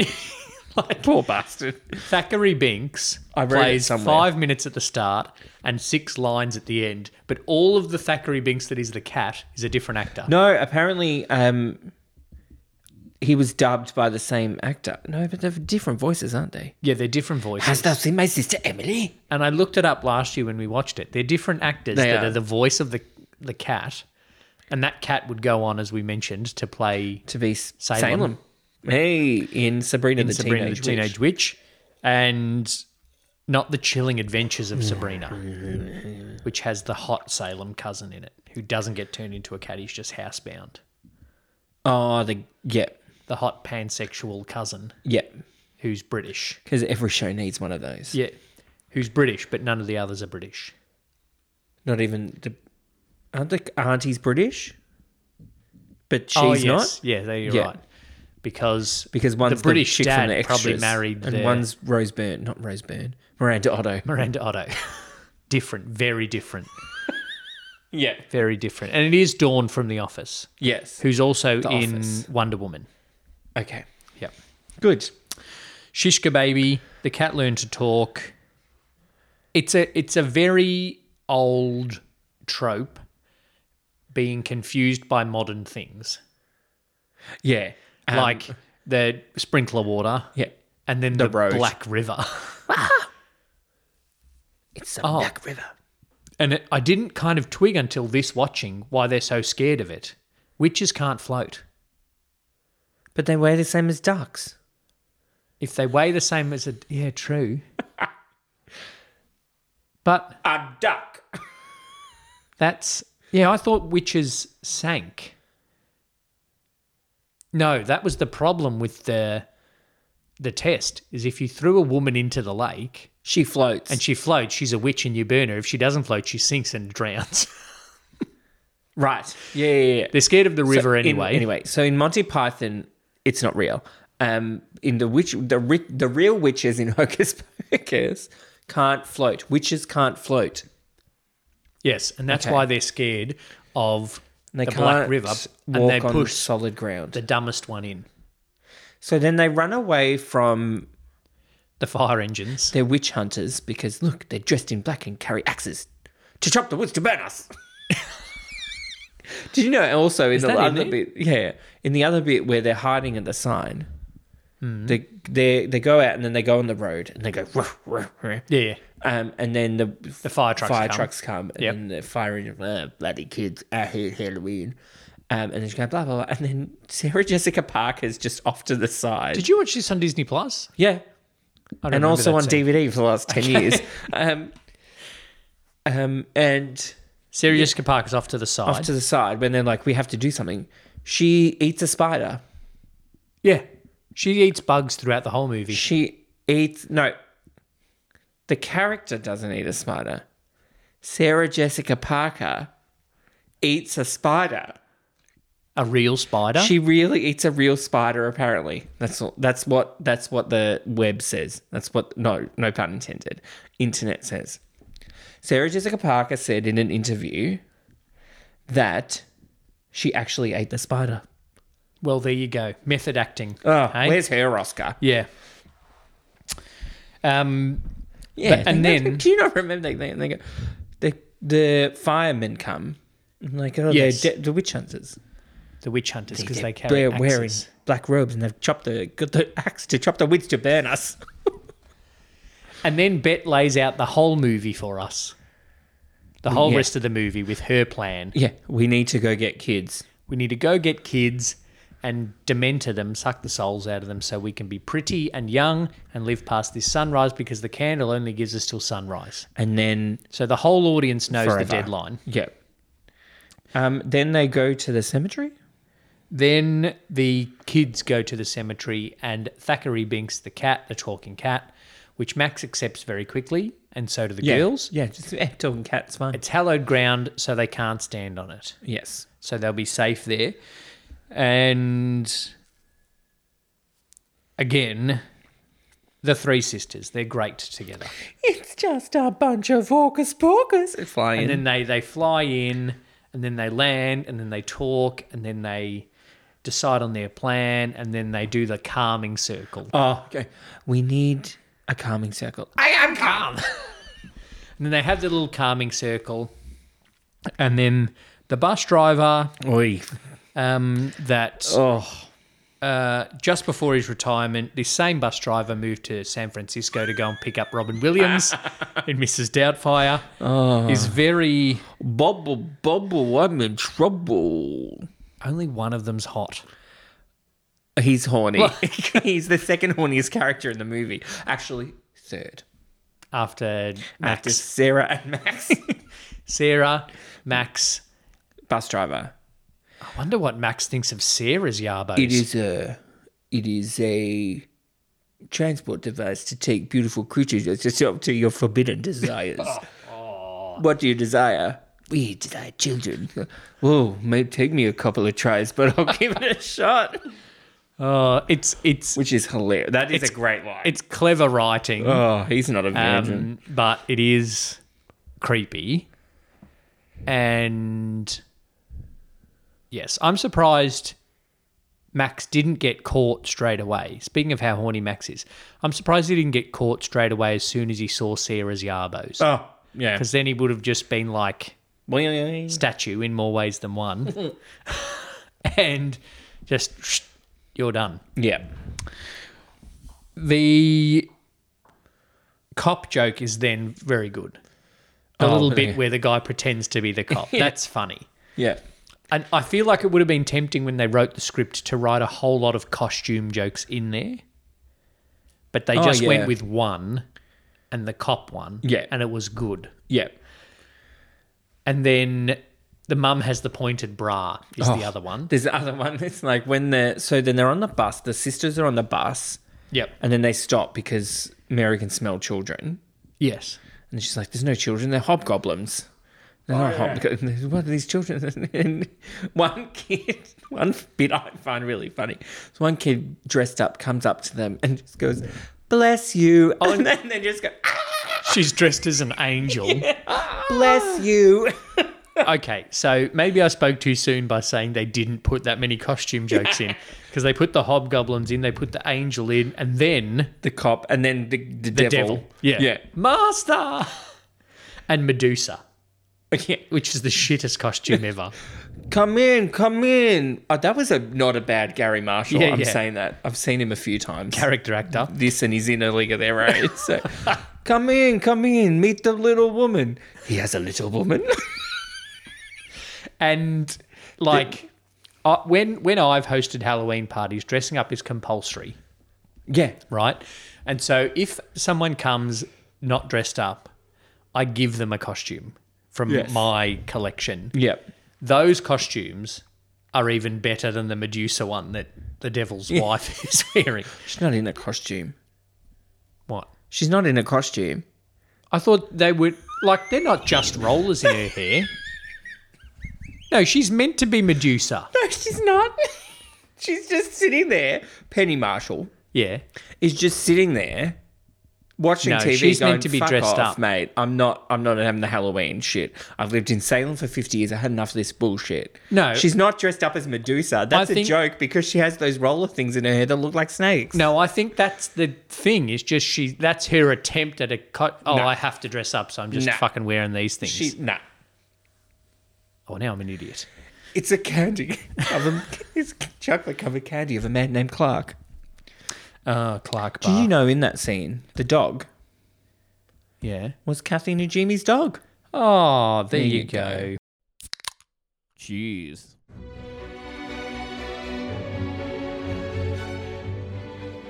S2: Poor bastard.
S1: Thackeray Binks
S2: I read it
S1: plays
S2: somewhere.
S1: five minutes at the start and six lines at the end, but all of the Thackeray Binks that is the cat is a different actor.
S2: No, apparently um, he was dubbed by the same actor. No, but they're different voices, aren't they?
S1: Yeah, they're different voices.
S2: Has thou seen my sister Emily?
S1: and I looked it up last year when we watched it. They're different actors
S2: They
S1: that are.
S2: are.
S1: the voice of the the cat, and that cat would go on, as we mentioned, to play
S2: To be S-
S1: Salem.
S2: Salem. Hey, in Sabrina the
S1: Sabrina
S2: Teenage
S1: the
S2: Witch.
S1: Teenage Witch, and not the chilling adventures of Sabrina, which has the hot Salem cousin in it who doesn't get turned into a cat. He's just housebound.
S2: Oh, the yeah,
S1: The hot pansexual cousin
S2: yeah.
S1: who's British.
S2: Because every show needs one of those.
S1: Yeah, who's British, but none of the others are British.
S2: Not even the aren't the aunties British, but
S1: Oh,
S2: she's not
S1: Yeah, there you're
S2: Oh, Yeah.
S1: right. Because
S2: because one's
S1: the British
S2: chick from
S1: dad
S2: the
S1: probably
S2: extras,
S1: married
S2: and
S1: the-
S2: one's Rose Byrne, not Rose Byrne, Miranda Otto.
S1: Miranda Otto. different, very different,
S2: Yeah.
S1: very different. And it is Dawn from The Office,
S2: Yes.
S1: who's also
S2: The
S1: in
S2: Office.
S1: Wonder Woman.
S2: Okay.
S1: Yep.
S2: Good.
S1: Shishka Baby, the cat learned to talk. It's a it's a very old trope being confused by modern things.
S2: Yeah. Um,
S1: like the sprinkler water
S2: yeah.
S1: and then the,
S2: road.
S1: Black River.
S2: It's a
S1: Oh.
S2: black river.
S1: And it, I didn't kind of twig until this watching why they're so scared of it. Witches can't float.
S2: But they weigh the same as ducks.
S1: If they weigh the same as a. Yeah, true. but
S2: A duck.
S1: that's. Yeah, I thought witches sank. No, that was the problem with the the test is if you threw a woman into the lake
S2: She floats.
S1: and she floats, she's a witch and you burn her. If she doesn't float, she sinks and drowns.
S2: right. Yeah. Yeah. yeah.
S1: They're scared of the
S2: So
S1: river
S2: in-
S1: anyway.
S2: anyway, so in Monty Python, it's not real. Um, in the witch, the ri- the real witches in Hocus Pocus can't float. Witches can't float.
S1: Yes, and that's
S2: Okay.
S1: why they're scared of
S2: And they
S1: the
S2: can't
S1: Black River, and
S2: walk
S1: they
S2: on
S1: push
S2: solid ground.
S1: the dumbest one in
S2: so then they run away from
S1: the fire engines.
S2: their witch hunters because look, they're dressed in black and carry axes to chop the woods to burn us. Did you know? Also, in the
S1: that in
S2: other bit, yeah, in the other bit where they're hiding at the sign, they they they go out and then they go on the road and they go, "Ruff, ruff, ruff."
S1: Yeah,
S2: um, and then the
S1: the fire trucks.
S2: fire
S1: come.
S2: trucks come and
S1: Yep.
S2: then they're firing "Ah, bloody kids. I hate Halloween. Um, and then she goes blah blah blah, and then Sarah Jessica Parker's just off to the side.
S1: Did you watch this on Disney Plus?
S2: yeah,
S1: I don't
S2: and
S1: remember
S2: also
S1: that
S2: on
S1: scene.
S2: DVD for the last 10 years. Um, um, and
S1: Sarah Jessica Parker's off to the side.
S2: off to the side, when they're like, we have to do something, she eats a spider.
S1: yeah, she eats bugs throughout the whole movie.
S2: She eats, no, the character doesn't eat a spider. Sarah Jessica Parker eats a spider.
S1: A real spider.
S2: She really eats a real spider, apparently. That's all, that's what that's what the web says. That's what no no pun intended. Internet says. Sarah Jessica Parker said in an interview that she actually ate the spider.
S1: well, there you go. Method acting.
S2: Oh,
S1: hey?
S2: where's her Oscar?
S1: yeah. Um,
S2: Yeah,
S1: and
S2: they go-
S1: then-
S2: do you not remember? They, they go, the the firemen come, and like oh,
S1: Yes.
S2: they're de- the witch hunters.
S1: the witch hunters because they
S2: They're-
S1: carry
S2: they're
S1: axes.
S2: wearing black robes, and they've chopped the got the axe to chop the witch to burn us.
S1: And then Bet lays out the whole movie for us. The whole
S2: Yeah.
S1: rest of the movie with her plan.
S2: Yeah, we need to go get kids.
S1: We need to go get kids and dementor them, suck the souls out of them so we can be pretty and young and live past this sunrise because the candle only gives us till sunrise.
S2: and then
S1: So the whole audience knows
S2: Forever.
S1: the deadline.
S2: yeah. Um, then they go to the cemetery.
S1: Then the kids go to the cemetery, and Thackeray Binks, the cat, the talking cat, which Max accepts very quickly, and so do the
S2: Yeah.
S1: girls.
S2: Yeah, just eh, talking cats fine.
S1: It's hallowed ground, so they can't stand on it.
S2: yes.
S1: So they'll be safe there. And again, the three sisters, they're great together.
S2: It's just a bunch of hawkers pokers flying.
S1: And then they, they fly in, and then they land, and then they talk, and then they decide on their plan, and then they do the calming circle.
S2: oh, okay. We need a calming circle.
S1: I am calm. and then they have their little calming circle, and then the bus driver
S2: Oi.
S1: um, that
S2: Oh.
S1: uh, just before his retirement, this same bus driver moved to San Francisco to go and pick up Robin Williams in Mrs. Doubtfire.
S2: Oh.
S1: Is very
S2: Bubble, bubble, I'm in trouble.
S1: only one of them's hot.
S2: He's horny. He's the second horniest character in the movie. Actually, third.
S1: After Max,
S2: After Sarah and Max.
S1: Sarah, Max.
S2: Bus driver.
S1: I wonder what Max thinks of Sarah's yarbos.
S2: It is a. It is a transport device to take beautiful creatures as yourself to your forbidden desires. What do you desire? We desire children. Whoa, may take me a couple of tries, but I'll give it a shot.
S1: Oh, it's it's
S2: Which is hilarious. That is a great line.
S1: it's clever writing,
S2: oh, he's not a virgin.
S1: um, but it is creepy. And yes, I'm surprised Max didn't get caught straight away. Speaking of how horny Max is, I'm surprised he didn't get caught straight away as soon as he saw Sarah's yarbos,
S2: oh, yeah.
S1: because then he would have just been like.
S2: Boing.
S1: statue in more ways than one, and just you're done.
S2: Yeah.
S1: The cop joke is then very good. The
S2: Oh,
S1: little
S2: really?
S1: bit where the guy pretends to be the cop. That's funny.
S2: Yeah.
S1: And I feel like it would have been tempting when they wrote the script to write a whole lot of costume jokes in there. But they
S2: Oh,
S1: just
S2: yeah.
S1: went with one and the cop one.
S2: Yeah.
S1: And it was good.
S2: Yeah.
S1: And then the mum has the pointed bra, is
S2: Oh.
S1: the other one.
S2: There's the other one. It's like when they're so then they're on the bus. The sisters are on the bus,
S1: Yep.
S2: and then they stop because Mary can smell children,
S1: Yes.
S2: and she's like, "There's no children. They're hobgoblins."
S1: Oh,
S2: They're not hobgoblins. What are these children? And one kid, one bit I find really funny. So one kid dressed up comes up to them and just goes, "Bless you,"
S1: Oh,
S2: and then they just go,
S1: "Ah!" She's dressed as an angel.
S2: "Bless you."
S1: Okay, so maybe I spoke too soon by saying they didn't put that many costume jokes in because they put the hobgoblins in, they put the angel in, and then
S2: The cop, and then the the,
S1: the
S2: devil.
S1: devil. Yeah.
S2: yeah,
S1: Master! And Medusa,
S2: yeah.
S1: which is the shittest costume ever.
S2: Come in, come in. Oh, that was a not a bad Gary Marshall.
S1: Yeah,
S2: I'm
S1: yeah.
S2: saying that. I've seen him a few times.
S1: Character actor.
S2: this and he's in a league of their own. So come in, come in, meet the little woman. He has a little woman.
S1: And like. Uh, when when I've hosted Halloween parties, dressing up is compulsory,
S2: yeah.
S1: right? And so if someone comes not dressed up, I give them a costume from
S2: Yes.
S1: my collection.
S2: Yep.
S1: those costumes are even better than the Medusa one that the devil's wife is wearing.
S2: She's not in a costume.
S1: What?
S2: She's not in a costume.
S1: I thought they were like they're not just rollers in her hair. No, she's meant to be Medusa.
S2: No, she's not. she's just sitting there. Penny Marshall
S1: Yeah.
S2: is just sitting there. Watching
S1: No,
S2: TV,
S1: she's
S2: going,
S1: meant to be
S2: "Fuck
S1: dressed
S2: off,
S1: up."
S2: mate. I'm not. I'm not having the Halloween shit. I've lived in Salem for 50 years. I had enough of this bullshit.
S1: No.
S2: she's not dressed up as Medusa. That's
S1: think-
S2: a joke because she has those roller things in her hair that look like snakes.
S1: No, I think that's the thing. Is just she that's her attempt at a cut. Oh, I have to dress up, so I'm just
S2: No.
S1: fucking wearing these things.
S2: she nah.
S1: Oh, now I'm an idiot.
S2: It's a candy. of a, it's chocolate covered candy of a man named Clark.
S1: Uh, Clark
S2: Did
S1: Bar.
S2: you know in that scene the dog
S1: yeah.
S2: was Kathy Najimy's dog?
S1: Oh, there, you
S2: you go.
S1: go.
S2: Jeez.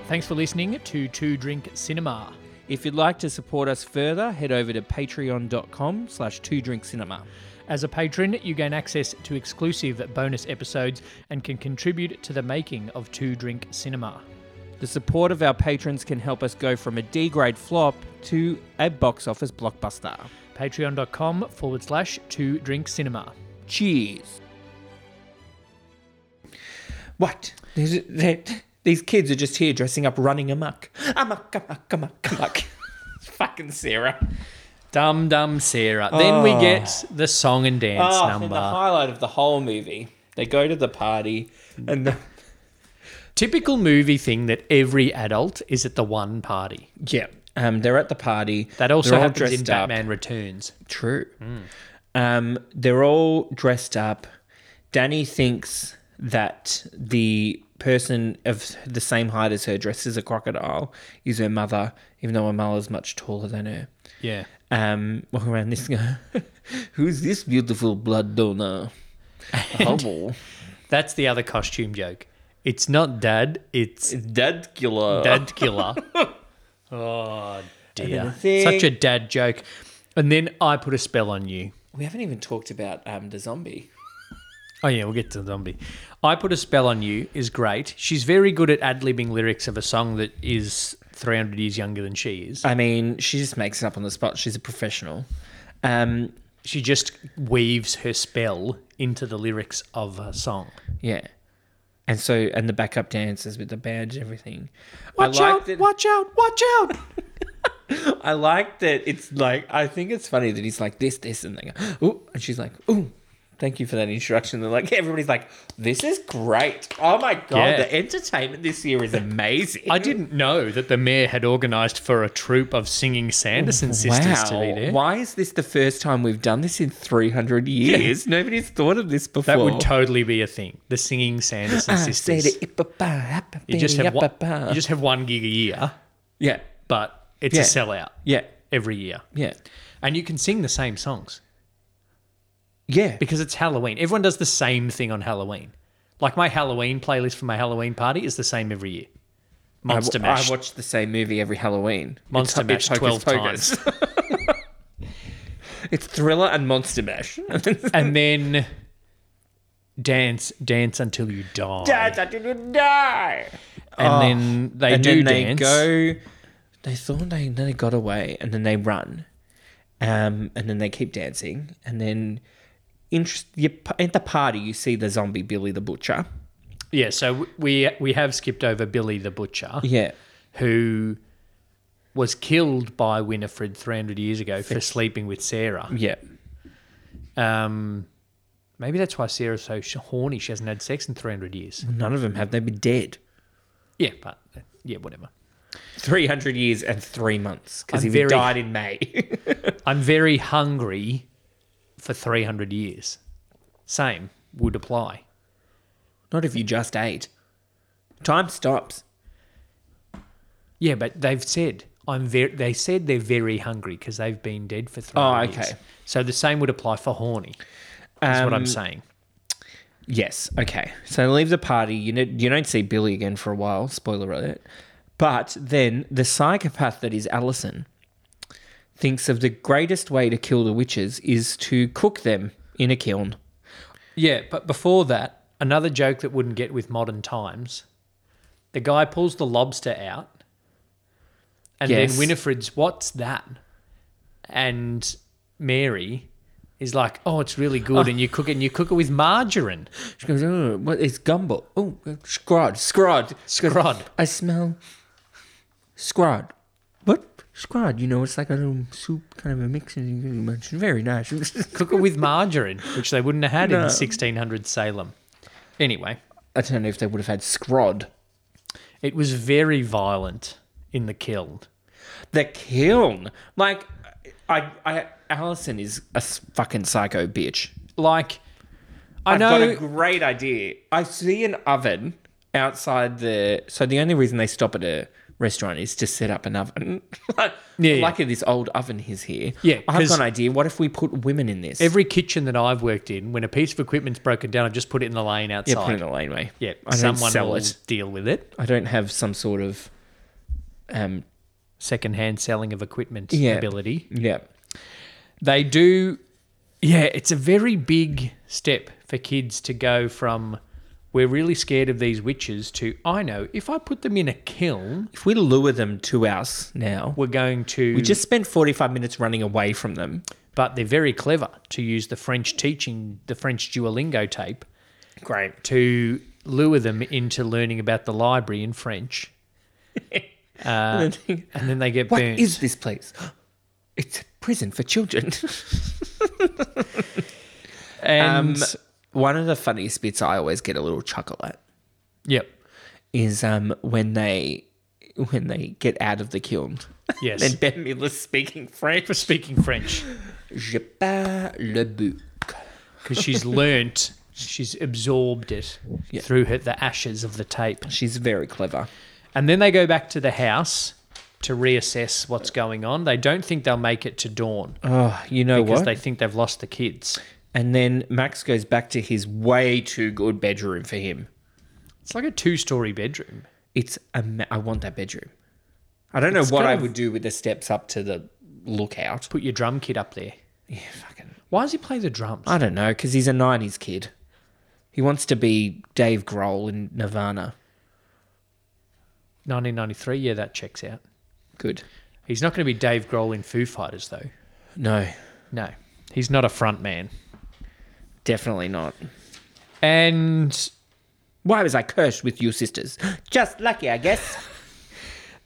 S1: Thanks for listening to Two Drink Cinema.
S2: If you'd like to support us further, head over to patreon.com slash two drink cinema.
S1: As a patron, you gain access to exclusive bonus episodes and can contribute to the making of Two Drink Cinema.
S2: The support of our patrons can help us go from a D grade flop to a box office blockbuster.
S1: Patreon.com forward slash Two Drink Cinema.
S2: Cheers. What? There's- there- These kids are just here dressing up running amok. Amok, amok, amok, amok. Fucking Sarah.
S1: Dum Dum Sarah. Then we get the song and dance
S2: Oh, and the
S1: number.
S2: highlight of the whole movie. They go to the party and the,
S1: Typical movie thing that every adult is at the one party.
S2: yeah, um, they're at the party.
S1: That also
S2: They're all
S1: happens in
S2: dressed up.
S1: Batman Returns.
S2: True. Um, they're all dressed up. Danny thinks that the person of the same height as her, dressed as a crocodile, is her mother, even though her mother's much taller than her.
S1: Yeah.
S2: Um, walk around this guy. Who's this beautiful blood donor? Hubble.
S1: That's the other costume joke. It's not dad, it's
S2: Dad killer.
S1: dad killer. oh
S2: then
S1: dear.
S2: the thing-
S1: Such a dad joke. And then I put a spell on you.
S2: We haven't even talked about um, the zombie.
S1: Oh yeah, we'll get to the zombie. I put a spell on you is great. She's very good at ad libbing lyrics of a song that is 300 years younger than she is.
S2: I mean, she just makes it up on the spot. She's a professional. Um,
S1: She just weaves her spell into the lyrics of a song.
S2: Yeah. And so, and the backup dancers with the band and everything.
S1: Watch
S2: I like
S1: out!
S2: That,
S1: Watch out! Watch out!
S2: I like that it's like, I think it's funny that he's like, this, this, and they go, ooh. And she's like, ooh, thank you for that introduction. They're like, everybody's like, this is great. Oh my God,
S1: Yeah.
S2: the entertainment this year is amazing.
S1: I didn't know that the mayor had organised for a troupe of singing Sanderson sisters to be there.
S2: Why is this the first time we've done this in 300 years? Nobody's thought of this before.
S1: That would totally be a thing. The singing Sanderson
S2: I said
S1: sisters.
S2: it, ip-a-pa,
S1: You just have one,
S2: ip-a-pa.
S1: you just have one gig a year,
S2: Yeah.
S1: but it's
S2: Yeah.
S1: a sellout
S2: Yeah.
S1: every year,
S2: Yeah.
S1: and you can sing the same songs
S2: Yeah.
S1: because it's Halloween. Everyone does the same thing on Halloween. Like my Halloween playlist for my Halloween party is the same every year. Monster
S2: I, w-
S1: Mash.
S2: I watch the same movie every Halloween.
S1: Monster Mash
S2: It's- it's
S1: 12
S2: Hocus Pocus.
S1: times.
S2: it's Thriller and Monster Mash.
S1: and then dance, dance until you die.
S2: Dance until you die.
S1: oh, And then they
S2: and
S1: do
S2: then they
S1: dance.
S2: go. They thought they then they got away, and then they run, um, and then they keep dancing, and then interest you, at the party you see the zombie Billy the Butcher.
S1: Yeah, so we we have skipped over Billy the Butcher,
S2: Yeah,
S1: who was killed by Winifred 300 years ago for sleeping with Sarah.
S2: yeah.
S1: Um, maybe that's why Sarah's so sh- horny. She hasn't had sex in 300 years.
S2: None of them have. They've been dead
S1: Yeah, but yeah, whatever.
S2: three hundred years and three months because
S1: I'm
S2: he
S1: very-
S2: died in May.
S1: I'm very hungry for 300 years. Same would apply.
S2: Not if you just ate. Time stops.
S1: Yeah, but they've said I'm very. They said they're very hungry because they've been dead for 300
S2: okay.
S1: years. So the same would apply for horny. Is what I'm saying.
S2: Yes. Okay. So they leave the party. You know, you don't see Billy again for a while. Spoiler alert. But then the psychopath that is Allison thinks of the greatest way to kill the witches is to cook them in a kiln.
S1: Yeah, but before that, another joke that wouldn't get with modern times. The guy pulls the lobster out, and
S2: Yes.
S1: then Winifred's, "What's that?" And Mary is like, "Oh, it's really good," and you cook it, and you cook it with margarine.
S2: She goes, "Oh, what is gumbo? Oh, scrod, scrod, She goes,
S1: Scrod.
S2: I smell scrod. What scrod? You know, it's like a little soup, kind of a mix, and it's very nice.
S1: Cook it with margarine, which they wouldn't have had in 1600 Salem. Anyway,
S2: I don't know if they would have had scrod.
S1: it was very violent in the kiln.
S2: the kiln. Like, I, I, Allison is a s- fucking psycho bitch.
S1: Like, I
S2: I've got
S1: know.
S2: a great idea. I see an oven outside the. So the only reason they stop at a restaurant is to set up an oven. like,
S1: Yeah, yeah.
S2: like this old oven is here.
S1: Yeah,
S2: I've
S1: 'cause-
S2: got an idea. What if we put women in this?
S1: Every kitchen that I've worked in, when a piece of equipment's broken down, I've just put it in the lane
S2: yeah,
S1: outside.
S2: put it in a laneway.
S1: Yeah,
S2: I don't
S1: someone
S2: sell
S1: will
S2: it.
S1: deal with it.
S2: I don't have some sort of um
S1: secondhand selling of equipment
S2: Yeah.
S1: ability.
S2: Yeah.
S1: They do, yeah, it's a very big step for kids to go from we're really scared of these witches to I know if I put them in a kiln,
S2: If we lure them to us now,
S1: we're going to.
S2: we just spent 45 minutes running away from them.
S1: but they're very clever to use the French teaching, the French Duolingo tape
S2: Great.
S1: to lure them into learning about the library in French. Uh, and then they get
S2: What
S1: burnt.
S2: is this place? It's a prison for children.
S1: and
S2: Um, one of the funniest bits I always get a little chuckle at
S1: yep,
S2: is um, when they when they get out of the kiln.
S1: Yes.
S2: and Ben Miller's speaking French.
S1: for speaking French.
S2: Je parle le bouc.
S1: because she's learnt, she's absorbed it through her, the ashes of the tape.
S2: She's very clever.
S1: And then they go back to the house to reassess what's going on. They don't think they'll make it to dawn
S2: Oh, you know
S1: because
S2: what?
S1: they think they've lost the kids.
S2: and then Max goes back to his way too good bedroom for him.
S1: It's like a two-story bedroom.
S2: It's a ma- I want that bedroom. I don't know
S1: It's
S2: what
S1: kind
S2: I
S1: of-
S2: would do with the steps up to the lookout.
S1: Put your drum kit up there.
S2: Yeah, fucking.
S1: Why does he play the drums?
S2: I don't know, because he's a 90s kid. He wants to be Dave Grohl in Nirvana.
S1: 1993. Yeah, that checks out.
S2: Good.
S1: He's not going to be Dave Grohl in Foo Fighters though.
S2: No,
S1: No, he's not a front man.
S2: definitely not.
S1: And
S2: Why was I cursed with you sisters? Just lucky, I guess.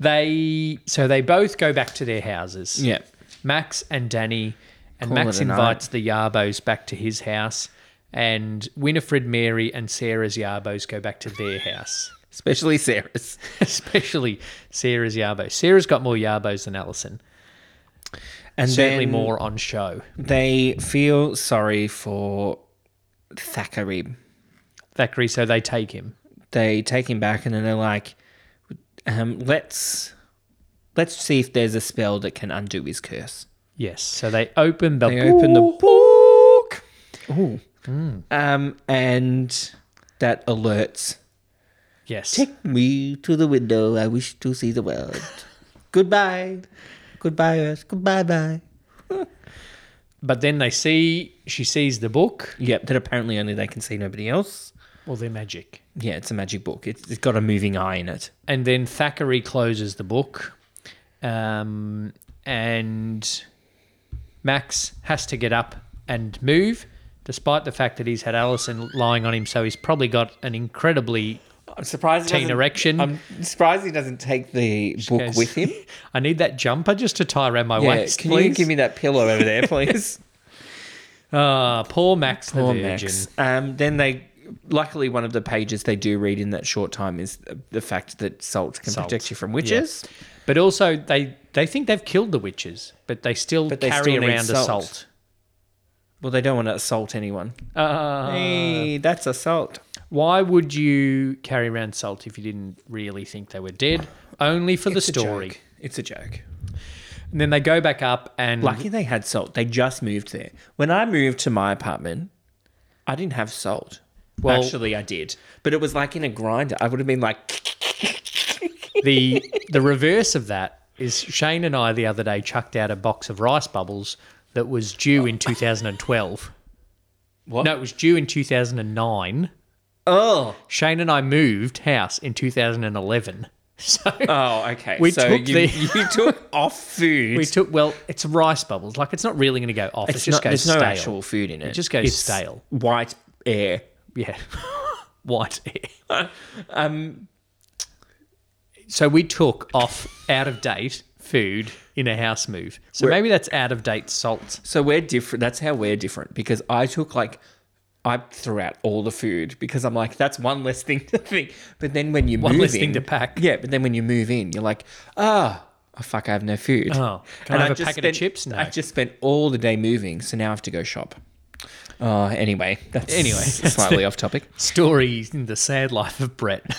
S1: they so they both go back to their houses.
S2: yeah.
S1: Max and Danny, and
S2: Call
S1: Max
S2: it a night.
S1: invites the Yarbos back to his house, and Winifred, Mary, and Sarah's Yarbos go back to their house.
S2: Especially Sarah's.
S1: Especially Sarah's Yarbos. Sarah's got more Yarbos than Alison.
S2: And
S1: Certainly
S2: then
S1: more on show.
S2: They feel sorry for Thackeray.
S1: Thackeray, so they take him.
S2: They take him back and then they're like, um, let's let's see if there's a spell that can undo his curse.
S1: Yes. So they open the
S2: They open the
S1: book.
S2: book. Um, and that alerts.
S1: Yes.
S2: Take me to the window. I wish to see the world. Goodbye. Goodbye, Earth. Goodbye, bye.
S1: But then they see, she sees the book.
S2: Yep, that apparently only they can see nobody else.
S1: Well, they're magic.
S2: Yeah, it's a magic book. It's, it's got a moving eye in it.
S1: and then Thackeray closes the book, um, and Max has to get up and move, despite the fact that he's had Alison lying on him, so he's probably got an incredibly
S2: I'm surprised.
S1: Teen doesn't- erection. I'm
S2: surprised he doesn't take the book
S1: goes,
S2: with him.
S1: I need that jumper just to tie around my
S2: Yeah,
S1: waist,
S2: can
S1: please.
S2: you give me that pillow over there, please?
S1: Ah, poor Max
S2: Poor
S1: the Virgin.
S2: Max. Um, then they, luckily, one of the pages they do read in that short time is the fact that salt can
S1: Salt.
S2: protect you from witches.
S1: But also, they they think they've killed the witches, but they still
S2: But they
S1: carry
S2: still need
S1: around
S2: salt.
S1: assault.
S2: Well, they don't want to assault anyone.
S1: Uh,
S2: hey, that's assault.
S1: Why would you carry around salt if you didn't really think they were dead? Only for the story.
S2: It's a joke.
S1: And then they go back up and
S2: Lucky they had salt. They just moved there. When I moved to my apartment, I didn't have salt.
S1: Well-
S2: Actually, I did, but it was like in a grinder. I would have been like,
S1: the the reverse of that is Shane and I the other day chucked out a box of rice bubbles that was due in 2012.
S2: What?
S1: No, it was due in 2009.
S2: oh,
S1: Shane and I moved house in 2011. So
S2: oh, okay.
S1: We
S2: so
S1: took
S2: you,
S1: the-
S2: you took off food.
S1: we took well, it's rice bubbles. Like it's not really going to go off.
S2: It's
S1: it just goes
S2: not- there's
S1: stale.
S2: no actual food in it. It
S1: just goes
S2: it's
S1: stale.
S2: White air.
S1: Yeah. White um, so we took off out of date food in a house move. So maybe that's out of date salt.
S2: So we're different. That's how we're different because I took like I threw out all the food because I'm like that's one less thing to think. But then when you
S1: One
S2: move
S1: less thing
S2: in-
S1: to pack.
S2: yeah. But then when you move in, you're like, ah, oh, fuck, I have no food.
S1: Oh, can I have a
S2: just
S1: packet of
S2: spent-
S1: chips? No.
S2: I just spent all the day moving, so now I have to go shop. Uh, anyway, that's
S1: Anyway, that's
S2: slightly off topic.
S1: Story in the sad life of Brett.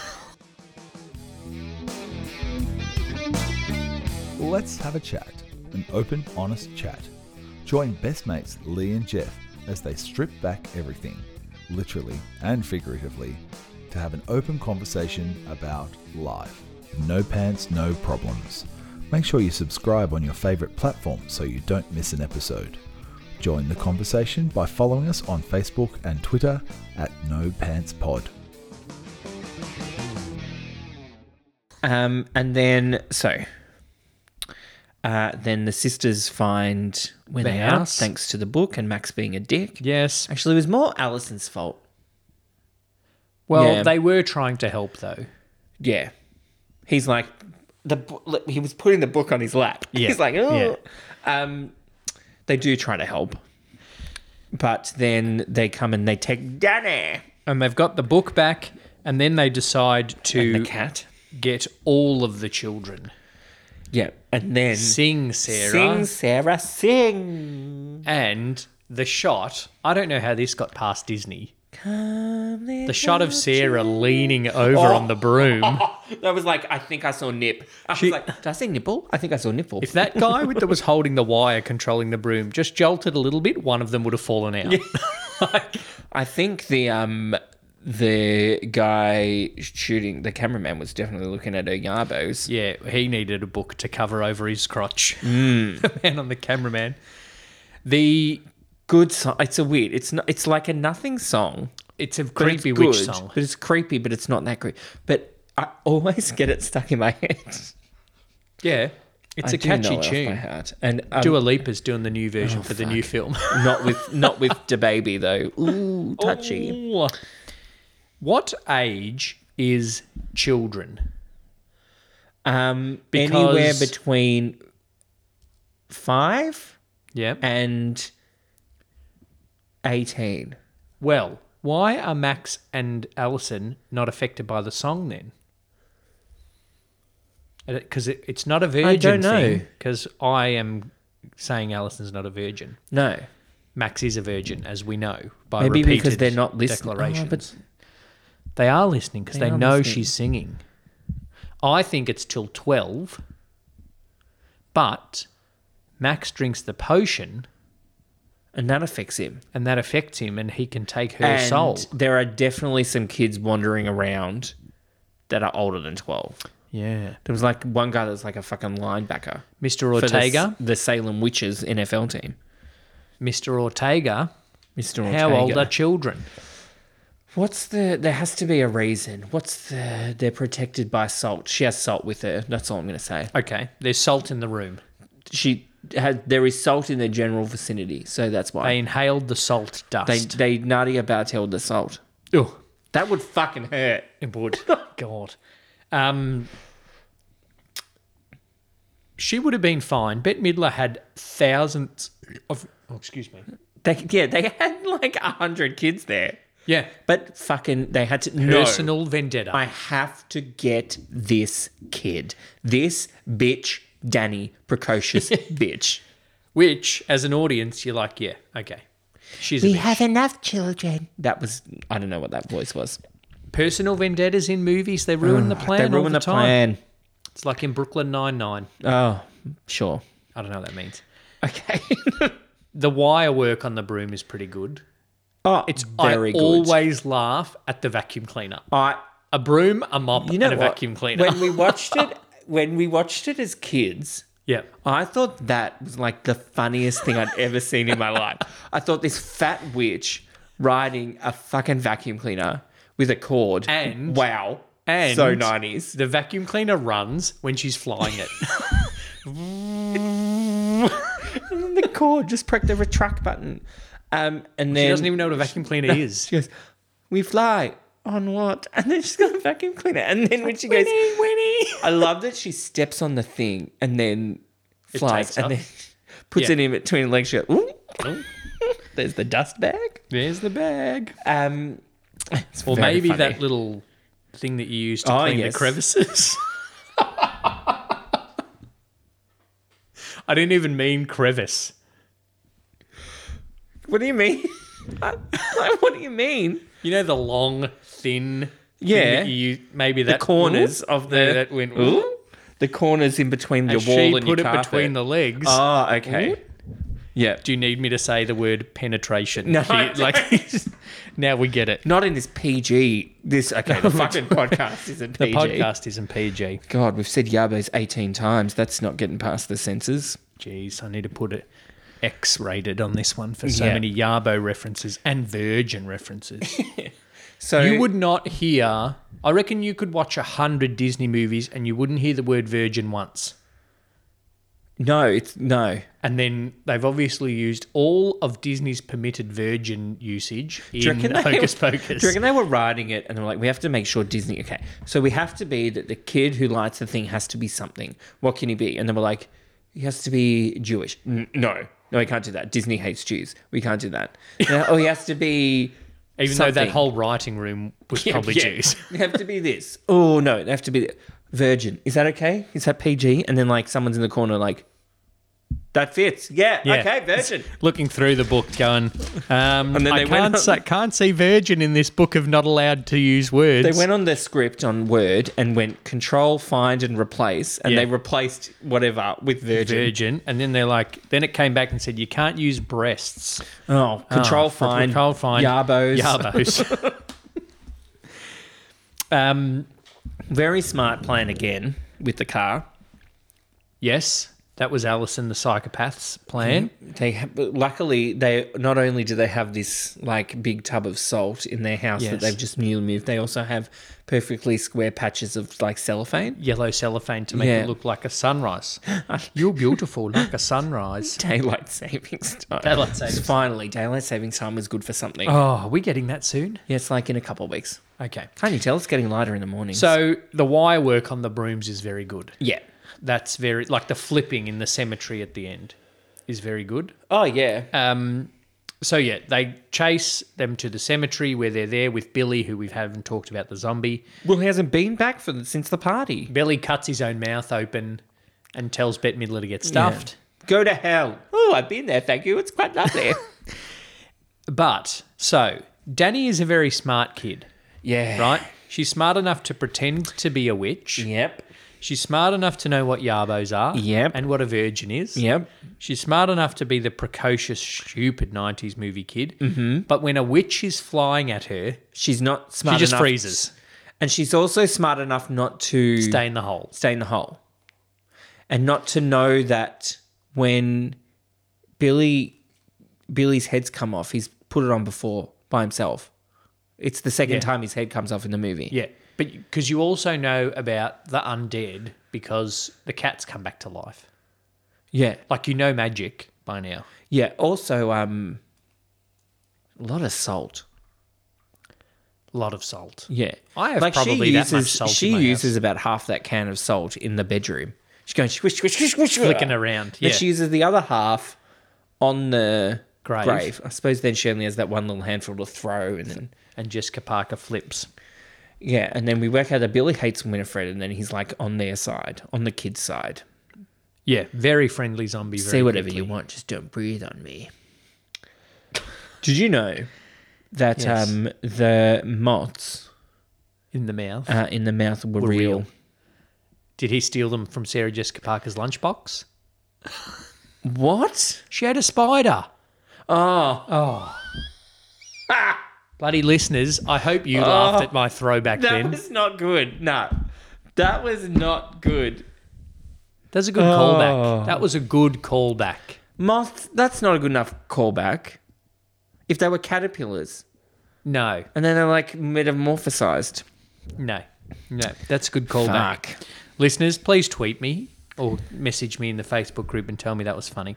S3: Let's have a chat. An open, honest chat. Join best mates Lee and Jeff as they strip back everything, literally and figuratively, to have an open conversation about life. No pants, no problems. Make sure you subscribe on your favourite platform so you don't miss an episode. Join the conversation by following us on Facebook and Twitter at No Pants Pod.
S2: Um, and then so, uh, then the sisters find when
S1: The
S2: they out,
S1: house.
S2: thanks to the book and Max being a dick.
S1: Yes.
S2: Actually, it was more Alison's fault.
S1: Well,
S2: Yeah.
S1: they were trying to help though.
S2: Yeah, he's like the bo- he was putting the book on his lap.
S1: Yeah.
S2: He's like, oh. Um, they do try to help, but then they come and they take Danny
S1: And they've got the book back, and then they decide
S2: and
S1: to
S2: the cat.
S1: get all of the children.
S2: Yeah, and then
S1: Sing,
S2: sing,
S1: Sarah.
S2: Sarah, sing.
S1: And the shot I don't know how this got past Disney.
S2: Come
S1: The shot of Sarah leaning over on
S2: Oh.
S1: the broom.
S2: That was like, I think I saw nip. I
S1: She-
S2: was like, did I say nipple? I think I saw nipple.
S1: If that guy with, that was holding the wire controlling the broom just jolted a little bit, one of them would have fallen out.
S2: I think the um the guy shooting the cameraman was definitely looking at her yarbos.
S1: Yeah, he needed a book to cover over his crotch.
S2: Mm.
S1: the man on the cameraman. The
S2: Good song. It's a weird. It's not. It's like a nothing song.
S1: it's a
S2: but it's
S1: creepy witch
S2: good,
S1: song.
S2: But it's creepy. But it's not that creepy. But I always get it stuck in my head.
S1: Yeah, it's
S2: I
S1: a
S2: do know it
S1: catchy
S2: off by
S1: tune.
S2: heart. And um, oh,
S1: Dua Lipa's doing the new version for the new film.
S2: not with not with DaBaby though. Ooh,
S1: Oh.
S2: touchy.
S1: Ooh. What age is children?
S2: Um, anywhere
S1: Because-
S2: between five
S1: Yeah.
S2: and 18.
S1: Well, why are Max and Allison not affected by the song then? Because it, it's not a virgin
S2: don't know.
S1: Because I am saying Allison's not a virgin.
S2: No.
S1: Max is a virgin, as we know by
S2: Maybe
S1: repeated
S2: because they're not listening.
S1: declarations.
S2: Oh, but
S1: They are listening because
S2: They
S1: they,
S2: are
S1: know
S2: listening.
S1: she's singing. I think it's till 12, but Max drinks the potion
S2: and that affects him.
S1: and that affects him and he can take her
S2: And
S1: soul.
S2: there are definitely some kids wandering around that are older than 12.
S1: Yeah.
S2: There was like one guy that's like a fucking linebacker.
S1: Mr.
S2: for the S-
S1: Ortega.
S2: The, Salem Witches NFL team.
S1: Mr. Ortega.
S2: Mr. Ortega.
S1: How old are children?
S2: What's the. There has to be a reason. What's the. They're protected by salt. She has salt with her. That's all I'm going to say.
S1: Okay. There's salt in the room.
S2: She had. There is salt in the general vicinity. So that's why.
S1: They inhaled the salt
S2: They
S1: dust.
S2: they Nadia Bartel the salt.
S1: oh,
S2: That would fucking hurt.
S1: it would. God. Um, she would have been fine. Bette Midler had thousands of. Oh, excuse me.
S2: They, yeah, they had like a hundred kids there,
S1: Yeah.
S2: but fucking they had to no.
S1: Personal vendetta.
S2: I have to get this kid, this bitch, Danny, precocious bitch.
S1: Which, as an audience, you're like, yeah, okay. She's a bitch.
S2: enough children. That was I don't know what that voice was.
S1: Personal vendettas in movies, they ruin the plan
S2: they
S1: all
S2: ruined
S1: the,
S2: the
S1: time.
S2: plan.
S1: It's like in Brooklyn Nine-Nine.
S2: Oh, sure.
S1: I don't know what that means.
S2: Okay.
S1: The wire work on the broom is pretty good.
S2: oh, it's very
S1: I
S2: good.
S1: always laugh at the vacuum cleaner.
S2: I
S1: A broom, a mop,
S2: you know
S1: and a
S2: what?
S1: vacuum cleaner.
S2: When we watched it, when we watched it as kids,
S1: yeah.
S2: I thought that was like the funniest thing I'd ever seen in my life. I thought this fat witch riding a fucking vacuum cleaner with a cord.
S1: And-
S2: wow.
S1: and-
S2: so 90s.
S1: The vacuum cleaner runs when she's flying it.
S2: And then the cord just pricked the retract button. Um, and then
S1: she doesn't even know what a vacuum cleaner is.
S2: she goes, We fly on what? And then she's got a vacuum cleaner. And then when she goes, I love that she steps on the thing and then flies
S1: takes
S2: and
S1: off.
S2: then puts
S1: Yeah.
S2: it in between her legs. She goes, Ooh. There's the dust bag.
S1: There's the bag.
S2: Um, it's
S1: Or
S2: very
S1: maybe
S2: funny.
S1: that little thing that you use to
S2: Oh,
S1: clean
S2: yes.
S1: the crevices. I didn't even mean crevice.
S2: What do you mean? like, what do you mean?
S1: You know the long, thin. Thing
S2: Yeah.
S1: that you maybe
S2: The
S1: that
S2: corners
S1: Ooh.
S2: of the
S1: Yeah, Uh, that went.
S2: Ooh. the corners in between your
S1: And
S2: wall
S1: she put
S2: and your
S1: it Ah,
S2: carpet.
S1: between the legs.
S2: Oh, okay. Yeah.
S1: Do you need me to say the word penetration?
S2: No,
S1: Do you-
S2: I don't.
S1: like now we get it.
S2: Not in this PG. This okay. The fucking podcast isn't
S1: The
S2: PG.
S1: podcast isn't PG.
S2: God, we've said yabos eighteen times. That's not getting past the censors.
S1: Jeez, I need to put it X rated on this one for so
S2: Yeah.
S1: many Yarbo references and Virgin references.
S2: So
S1: you would not hear. I reckon you could watch a hundred Disney movies and you wouldn't hear the word Virgin once.
S2: no. It's no.
S1: And then they've obviously used all of Disney's permitted virgin usage
S2: Do you
S1: in
S2: reckon they
S1: Hocus
S2: were-
S1: Pocus.
S2: Do you reckon they were writing it and they were like, we have to make sure Disney, okay, so we have to be that the kid who lights the thing has to be something. What can he be? And they were like, he has to be Jewish. N- no, no, we can't do that. Disney hates Jews. We can't do that. Yeah, oh, he has to be.
S1: Even though that
S2: something.
S1: whole writing room was
S2: Yeah,
S1: probably
S2: yeah.
S1: Jews.
S2: They have to be this. Oh, no, they have to be virgin. Is that okay? Is that PG? And then, like, someone's in the corner, like, that fits. Yeah,
S1: Yeah.
S2: okay, virgin.
S1: Looking through the book, going, um,
S2: And then
S1: I
S2: they went
S1: can't,
S2: on-
S1: say, can't see virgin in this book of not allowed to use words.
S2: They went on their script on Word and went control, find, and replace, and
S1: Yeah.
S2: they replaced whatever with Virgin.
S1: virgin, and then they're like, then it came back and said you can't use breasts.
S2: Oh, control,
S1: Oh,
S2: find,
S1: control find,
S2: Yarbos.
S1: Yarbos. um,
S2: Very smart plan again with the car.
S1: yes, that was Alison the psychopath's plan.
S2: They ha- but luckily they not only do they have this like big tub of salt in their house that
S1: Yes.
S2: they've just newly moved, they also have perfectly square patches of like cellophane.
S1: Yellow cellophane to make
S2: Yeah.
S1: it look like a sunrise. You're beautiful like a sunrise.
S2: Daylight savings time.
S1: Daylight savings.
S2: Finally, daylight savings time was good for something.
S1: Oh, are we getting that soon?
S2: Yeah, it's like in a couple of weeks.
S1: Okay.
S2: Can't you tell? It's getting lighter in the morning.
S1: So the wire work on the brooms is very good.
S2: yeah.
S1: That's very like the flipping in the cemetery at the end is very good.
S2: Oh yeah.
S1: Um, so yeah, they chase them to the cemetery where they're there with Billy, who we haven't talked about the zombie.
S2: Well, he hasn't been back for the, since the party.
S1: Billy cuts his own mouth open and tells Bette Midler to get stuffed.
S2: Go to hell. Oh, I've been there. Thank you. It's quite lovely.
S1: But so Danny is a very smart kid,
S2: yeah.
S1: right? She's smart enough to pretend to be a witch.
S2: Yep.
S1: She's smart enough to know what yarbos are
S2: Yep.
S1: and what a virgin is.
S2: Yep.
S1: She's smart enough to be the precocious, stupid 90s movie kid. Mm-hmm. But when a witch is flying at her,
S2: She's not
S1: she
S2: smart.
S1: just
S2: enough-
S1: freezes.
S2: and she's also smart enough not to
S1: Stay in the hole.
S2: stay in the hole, and not to know that when Billy Billy's head's come off, he's put it on before by himself. It's the second
S1: Yeah.
S2: time his head comes off in the movie.
S1: Yeah. But because you also know about the undead because the cats come back to life.
S2: Yeah.
S1: Like you know magic by now.
S2: Yeah. Also, um, a lot of salt.
S1: A lot of salt.
S2: Yeah,
S1: I have probably that much salt in
S2: She
S1: my house.
S2: uses about half that can of salt in the bedroom. She's going squish, squish, squish, squish,
S1: Flicking around.
S2: Then
S1: Yeah.
S2: she uses the other half on the
S1: Grave.
S2: grave. I suppose then she only has that one little handful to throw, and then
S1: and Jessica Parker flips.
S2: yeah, and then we work out that Billy hates Winifred, and then he's like on their side, on the kid's side.
S1: Yeah. Very friendly zombie. Very
S2: Say whatever
S1: quickly.
S2: you want, just don't breathe on me. Did you know that
S1: Yes.
S2: um, the moths
S1: in the mouth.
S2: uh, in the mouth were,
S1: real.
S2: real?
S1: Did he steal them from Sarah Jessica Parker's lunchbox?
S2: What?
S1: She had a spider.
S2: Oh,
S1: Bloody listeners, I hope you laughed at my throwback
S2: Oh. That
S1: then.
S2: was not good. No, that was not good.
S1: That's a good
S2: Oh.
S1: callback. That was a good callback.
S2: Moth, that's not a good enough callback. If they were caterpillars
S1: No,
S2: and then they're like metamorphosized.
S1: no, no. That's a good callback.
S2: Fuck.
S1: Listeners, please tweet me or message me in the Facebook group and tell me that was funny.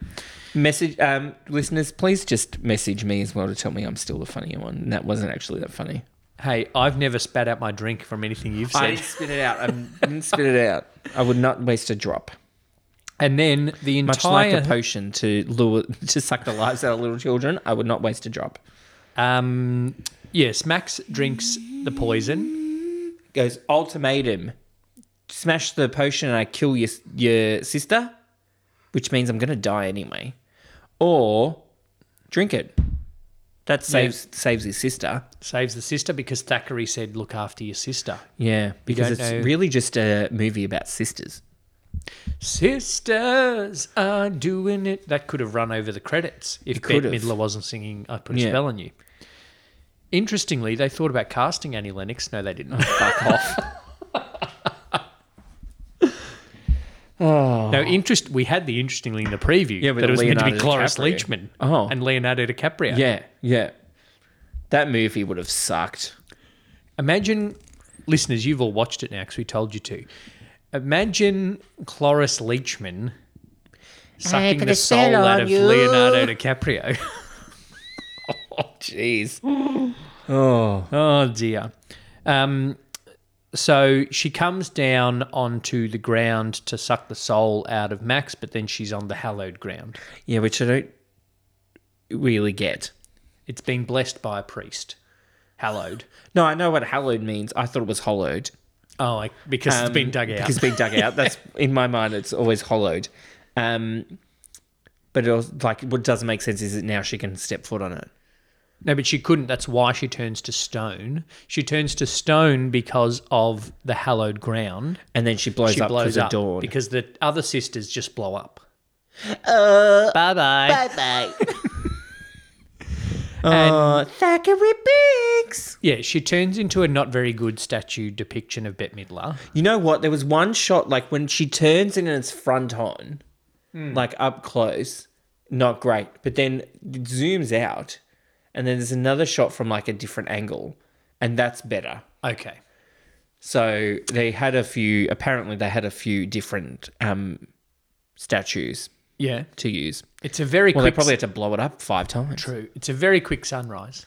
S2: Message um, listeners, please just message me as well to tell me I'm still the funny one. And that wasn't actually that funny.
S1: Hey, I've never spat out my drink from anything you've
S2: I
S1: said.
S2: didn't spit it out. I didn't spit it out. I would not waste a drop.
S1: and then the
S2: Much
S1: entire
S2: like a potion to lure to suck the lives out of little children, I would not waste a drop.
S1: um yes, Max drinks the poison.
S2: goes ultimatum smash the potion and i kill your, your sister which means i'm going to die anyway or drink it that saves saves his sister
S1: Saves the sister because Thackeray said, "Look after your sister."
S2: yeah because
S1: don't
S2: it's
S1: know-
S2: really just a movie about sisters
S1: Sisters are doing it. That could have run over the credits if Bette
S2: could have.
S1: Midler wasn't singing I Put a
S2: Yeah.
S1: Spell on You. Interestingly, they thought about casting Annie Lennox. No, they didn't.
S2: Fuck off.
S1: No, interest. We had the interestingly in the preview
S2: Yeah, with
S1: that it was meant to be
S2: Leonardo
S1: Cloris
S2: DiCaprio.
S1: Leachman
S2: Oh.
S1: and Leonardo DiCaprio.
S2: Yeah, yeah. That movie would have sucked.
S1: Imagine, listeners, you've all watched it now because we told you to. Imagine Cloris Leachman sucking
S2: put
S1: the
S2: a spell
S1: soul out
S2: on
S1: of
S2: you.
S1: Leonardo DiCaprio.
S2: Oh, jeez. Oh.
S1: oh dear. Um, so she comes down onto the ground to suck the soul out of Max, but then she's on the hallowed ground.
S2: Yeah, which I don't really get.
S1: It's been blessed by a priest. Hallowed.
S2: No, I know what hallowed means. I thought it was hollowed.
S1: Oh, like, because it's
S2: Um,
S1: been dug out.
S2: Because it's been dug out. That's in my mind. It's always hollowed. Um, but it also, like what doesn't make sense is that now she can step foot on it.
S1: No, but she couldn't. That's why she turns to stone. She turns to stone because of the hallowed ground.
S2: And then she blows
S1: She
S2: up
S1: blows
S2: to the
S1: up
S2: dawn.
S1: because the other sisters just blow up.
S2: Uh,
S1: Bye bye.
S2: bye. uh, Thackeray Biggs.
S1: Yeah, she turns into a not very good statue depiction of Bette Midler.
S2: You know what? There was one shot like when she turns in and it's front on,
S1: Hmm.
S2: like up close, not great. But then it zooms out, and then there's another shot from like a different angle, and that's better.
S1: Okay.
S2: So they had a few. Apparently, they had a few different um, statues
S1: Yeah.
S2: to use.
S1: It's a very
S2: Well, they
S1: quick.
S2: probably had to blow it up five times.
S1: true. It's a very quick sunrise.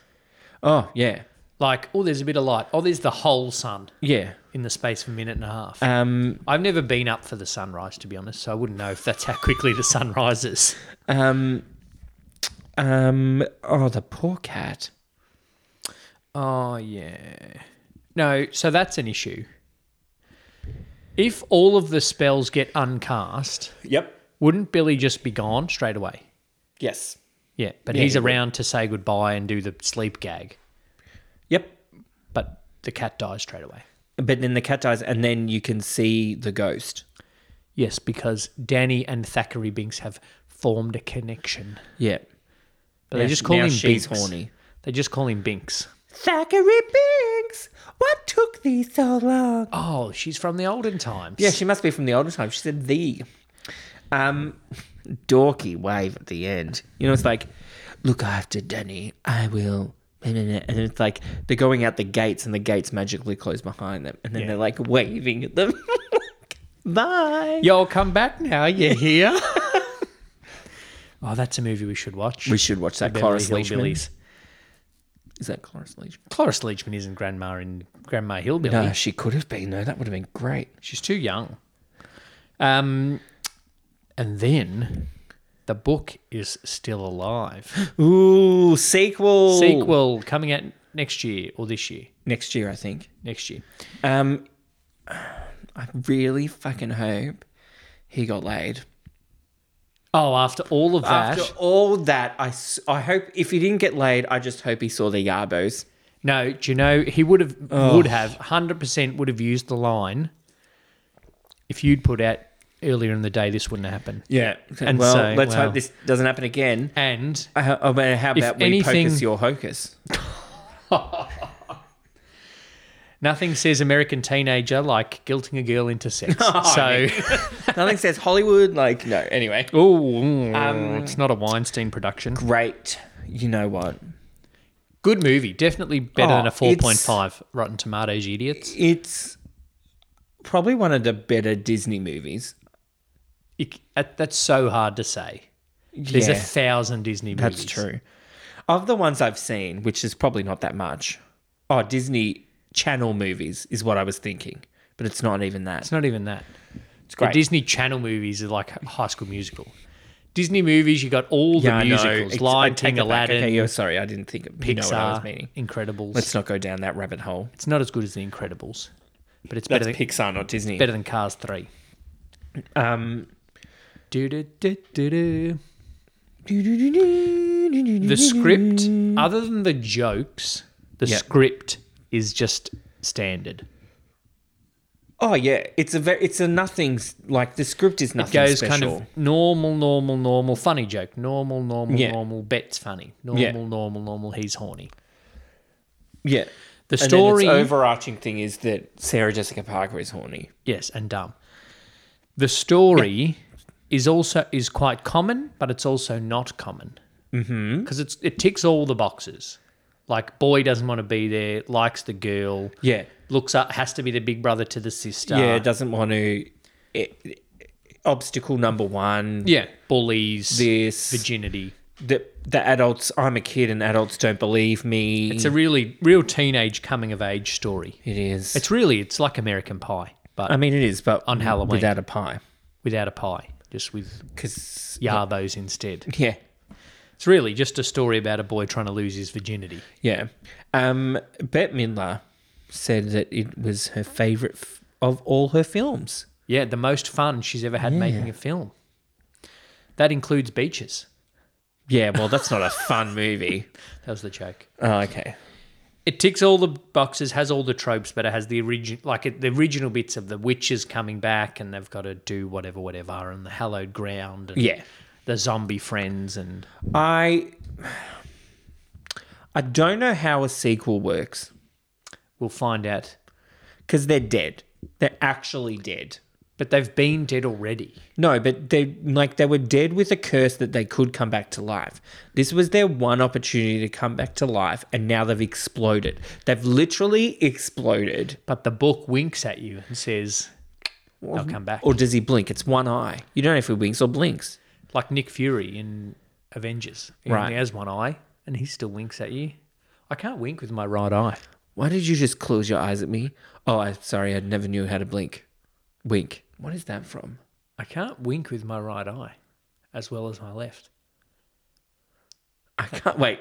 S2: Oh yeah,
S1: Like, oh, there's a bit of light. Oh, there's the whole sun
S2: yeah.
S1: in the space of a minute and a half.
S2: Um,
S1: I've never been up for the sunrise, to be honest, so I wouldn't know if that's how quickly the sun rises.
S2: um, um. Oh, the poor cat.
S1: Oh, yeah. No, so that's an issue. If all of the spells get uncast,
S2: Yep.
S1: wouldn't Billy just be gone straight away?
S2: Yes.
S1: Yeah, but
S2: Yeah,
S1: he's
S2: he would.
S1: around to say goodbye and do the sleep gag,
S2: Yep.
S1: but the cat dies straight away.
S2: But then the cat dies, and then you can see the ghost.
S1: Yes, because Danny and Thackeray Binks have formed a connection.
S2: Yeah.
S1: But
S2: Now-
S1: they just call
S2: now
S1: him
S2: she's
S1: Binks.
S2: horny.
S1: They just call him Binks.
S2: Thackeray Biggs. What took thee so long?
S1: Oh, she's from the olden times.
S2: Yeah, she must be from the older time. She said the. Um, dorky wave at the end. You know, it's like, look after Danny. I will. And then- and it's like they're going out the gates and the gates magically close behind them. And then they're like waving at them. Bye.
S1: Y'all come back now, you hear? oh, that's a movie we should watch.
S2: We should watch that.
S1: The
S2: Cloris
S1: Beverly
S2: Leachman.
S1: Hillbillies.
S2: Is that Cloris Leachman?
S1: Cloris Leachman isn't grandma in Grandma Hillbilly.
S2: No, she could have been, though. That would have been great.
S1: She's too young. Um, and then the book is still alive.
S2: Ooh, sequel.
S1: Sequel coming out next year or this year.
S2: Next year, I think.
S1: Next year.
S2: Um, I really fucking hope he got laid.
S1: Oh, after all of that.
S2: After all that, I, s- I hope if he didn't get laid, I just hope he saw the Yarbos.
S1: No, do you know he would have would have hundred percent would have used the line if you'd put out earlier in the day. This wouldn't happen.
S2: Yeah.
S1: And
S2: And well,
S1: so-
S2: let's
S1: wow.
S2: hope this doesn't happen again.
S1: And
S2: I ho- oh, but how
S1: If
S2: about we
S1: anything-
S2: pocus your hocus?
S1: nothing says American teenager like guilting a girl into sex.
S2: Oh,
S1: so,
S2: Nothing says Hollywood. Like, no, anyway.
S1: oh,
S2: Um,
S1: it's not a Weinstein production.
S2: Great. You know what?
S1: Good movie, definitely better than
S2: Oh,
S1: a
S2: it's-
S1: four point five Rotten Tomatoes. you Idiots.
S2: It's probably one of the better Disney movies.
S1: It- that- that's so hard to say. There's a
S2: Yeah.
S1: thousand Disney movies.
S2: That's true. Of the ones I've seen, which is probably not that much, oh, Disney Channel movies is what I was thinking, but it's not even that.
S1: It's not even that. It's
S2: great.
S1: The Disney Channel movies are like High School Musical. Disney movies, you got all the musicals:
S2: Ex- I
S1: Lion
S2: take
S1: King,
S2: it back.
S1: Aladdin,
S2: Okay, you're sorry, I didn't think of you know what I was
S1: Pixar,
S2: meaning.
S1: Incredibles.
S2: Let's not go down that rabbit hole.
S1: it's not as good as The Incredibles, but it's
S2: That's
S1: better than,
S2: Pixar, not Disney.
S1: better than Cars Three.
S2: Um,
S1: Do, do, do, do, do.
S2: the
S1: The script, other than the jokes, the
S2: Yeah.
S1: script is just standard.
S2: Oh yeah, it's a very, it's a nothing like the script is nothing
S1: goes
S2: special.
S1: kind of normal, normal, normal, funny joke. Normal, normal,
S2: Yeah.
S1: normal, Bet's funny. Normal,
S2: Yeah.
S1: normal, normal, he's horny.
S2: yeah.
S1: The
S2: And then its
S1: story.
S2: overarching thing is that Sarah Jessica Parker is horny.
S1: Yes, and dumb. The story is also is quite common, but it's also not common because mm-hmm. it's it ticks all the boxes. Like boy doesn't want to be there, likes the girl,
S2: Yeah,
S1: looks up, has to be the big brother to the sister.
S2: yeah. Doesn't want to. It, it- obstacle number one.
S1: yeah, bullies,
S2: This
S1: virginity.
S2: the the adults. I'm a kid, and adults don't believe me.
S1: It's a really real teenage coming of age story.
S2: It is.
S1: It's really it's like American Pie, but
S2: I mean, it is, but
S1: On Halloween.
S2: Mm, without a pie.
S1: without a pie, just with
S2: Because
S1: yarbos instead.
S2: yeah,
S1: It's really just a story about a boy trying to lose his virginity.
S2: yeah. Um, Bette Midler said that it was her favorite f- of all her films.
S1: Yeah, the most fun she's ever had making a film. That includes beaches.
S2: Yeah, well, that's not a fun movie.
S1: That was the joke.
S2: Oh, okay.
S1: It ticks all the boxes, has all the tropes, but it has the original, like it, the original bits of the witches coming back, and they've got to do whatever, whatever, and the hallowed ground, and
S2: Yeah.
S1: the zombie friends, and
S2: I I don't know how a sequel works
S1: we'll find out.
S2: because they're dead. They're actually dead.
S1: But they've been dead already.
S2: No, but they like they were dead with a curse that they could come back to life. This was their one opportunity to come back to life, and now they've exploded. They've literally exploded.
S1: But the book winks at you and says, "They'll come back,"
S2: Or does he blink? It's one eye. You don't know if he winks or blinks.
S1: like Nick Fury in Avengers. He
S2: Right.
S1: only has one eye, and he still winks at you. I can't wink with my right eye.
S2: Why did you just close your eyes at me? Oh, I'm sorry. I never knew how to blink. Wink. What is that from?
S1: I can't wink with my right eye as well as my left.
S2: I can't wait.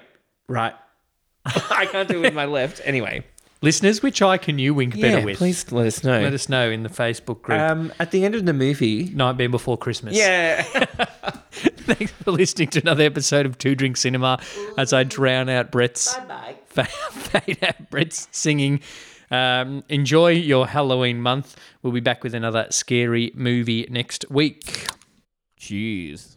S2: Right. I can't do it with my left. Anyway.
S1: Listeners, which eye can you wink better with?
S2: please let us know.
S1: Let us know in the Facebook group.
S2: um, at the end of the movie.
S1: Nightmare Before Christmas.
S2: Yeah.
S1: Thanks for listening to another episode of Two Drink Cinema as I drown out Brett's. Bye Fade out Brett's singing. Um, enjoy your Halloween month. We'll be back with another scary movie next week.
S2: Jeez.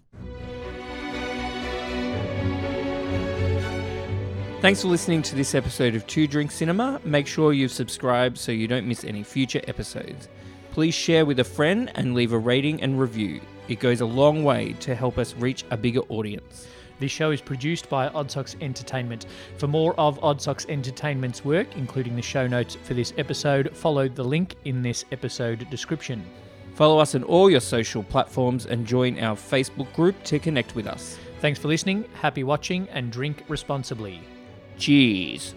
S2: Thanks for listening to this episode of Two Drink Cinema. Make sure you've subscribed so you don't miss any future episodes. Please share with a friend and leave a rating and review. It goes a long way to help us reach a bigger audience.
S1: This show is produced by Oddsocks Entertainment. For more of Oddsocks Entertainment's work, including the show notes for this episode, follow the link in this episode description.
S2: Follow us on all your social platforms and join our Facebook group to connect with us.
S1: Thanks for listening, happy watching, and drink responsibly.
S2: Cheers.